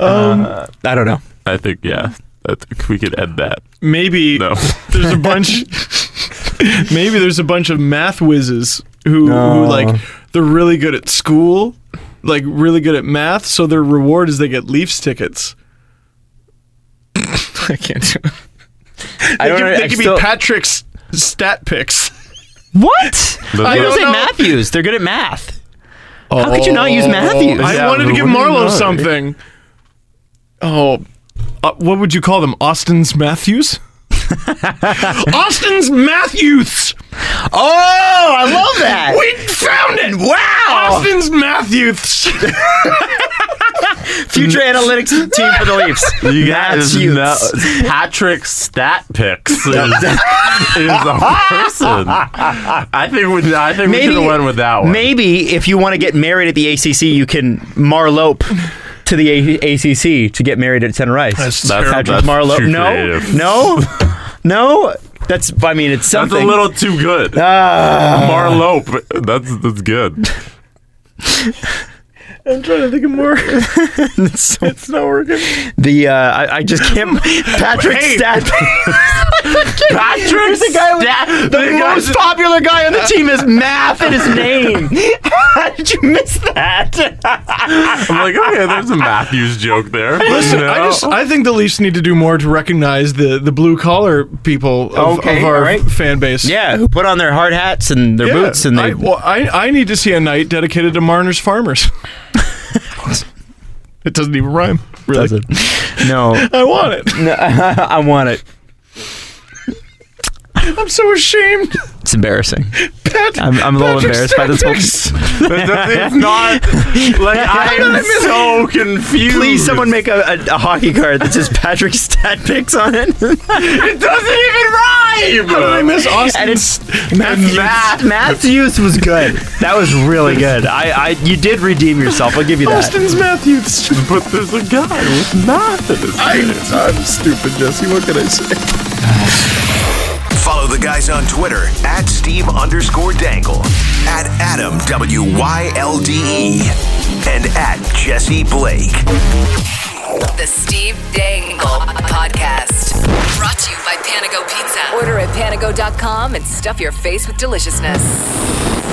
Speaker 5: Uh, I don't know.
Speaker 4: I think yeah. I think we could end that.
Speaker 8: maybe
Speaker 4: No.
Speaker 8: there's a bunch maybe there's a bunch of math whizzes who, who like they're really good at school like really good at math so their reward is they get leafs tickets i can't do it
Speaker 5: I
Speaker 8: they
Speaker 5: don't.
Speaker 8: could,
Speaker 5: know,
Speaker 8: they
Speaker 5: I
Speaker 8: could
Speaker 5: still-
Speaker 8: be patrick's stat picks
Speaker 6: Oh,
Speaker 5: what? I
Speaker 8: don't
Speaker 5: don't say
Speaker 8: know.
Speaker 5: Matthews. They're good at math. How could you not use Matthews?
Speaker 8: Oh, i wanted to give marlowe something oh uh, what would you call them austin's matthews austin's matthews
Speaker 5: Oh, I love that.
Speaker 8: we found it
Speaker 5: wow.
Speaker 8: austin's matthews
Speaker 5: Future analytics team for the Leafs.
Speaker 4: You guys
Speaker 5: Matthews.
Speaker 4: know Patrick Stat Picks is, is a person. I think we I think we
Speaker 5: Maybe-
Speaker 4: should have went with that one.
Speaker 5: Maybe if you want to get married at the ACC, you can Marlope to the A- ACC to get married at Center Ice. That's,
Speaker 4: terrible. That's
Speaker 5: Marlope.
Speaker 4: too
Speaker 5: no,
Speaker 4: creative.
Speaker 5: no, no. That's. I mean, it's
Speaker 4: That's
Speaker 5: something.
Speaker 4: a little too good.
Speaker 5: Ah.
Speaker 4: Marlope. That's that's good.
Speaker 8: I'm trying to think of more.
Speaker 5: It's,
Speaker 8: It's not working.
Speaker 5: the uh, I, I just can't. Patrick Stat. Patrick the guy with- the most popular guy on the team is math in his name. How did you miss that?
Speaker 4: I'm like, okay, there's a Matthews joke there.
Speaker 8: Listen,
Speaker 4: You
Speaker 8: I
Speaker 4: know?
Speaker 8: just I think the Leafs need to do more to recognize the the blue collar people of,
Speaker 5: Okay,
Speaker 8: of our
Speaker 5: all right.
Speaker 8: fan base.
Speaker 5: Oh. Yeah, who put on their hard hats and their
Speaker 8: Yeah.
Speaker 5: boots and they.
Speaker 8: I, well, I I need to see a night dedicated to Marner's farmers. it doesn't even rhyme. Really,
Speaker 5: Doesn't. no,
Speaker 8: I want it.
Speaker 5: I want it.
Speaker 8: I'm so ashamed.
Speaker 5: It's embarrassing.
Speaker 8: Pat,
Speaker 5: I'm, I'm a little embarrassed by this one.
Speaker 4: it's not like I'm so confused.
Speaker 5: Please, someone make a, a, a hockey card that says Patrick Stat Picks on it. it doesn't even rhyme.
Speaker 8: I miss Austin.
Speaker 5: And it's Matthews.
Speaker 8: Math-
Speaker 5: Matthews was good. That was really good. I, I you did redeem yourself. I'll give you that.
Speaker 8: Austin's Matthews.
Speaker 4: But there's a guy with math in his
Speaker 8: I, I'm stupid, Jesse. What can I say?
Speaker 6: Follow the guys on Twitter at Steve underscore Dangle, at Adam W Y L D E, and at Jesse Blake.
Speaker 3: The Steve Dangle Podcast. Brought to you by Panago Pizza. Order at panago.com and stuff your face with deliciousness.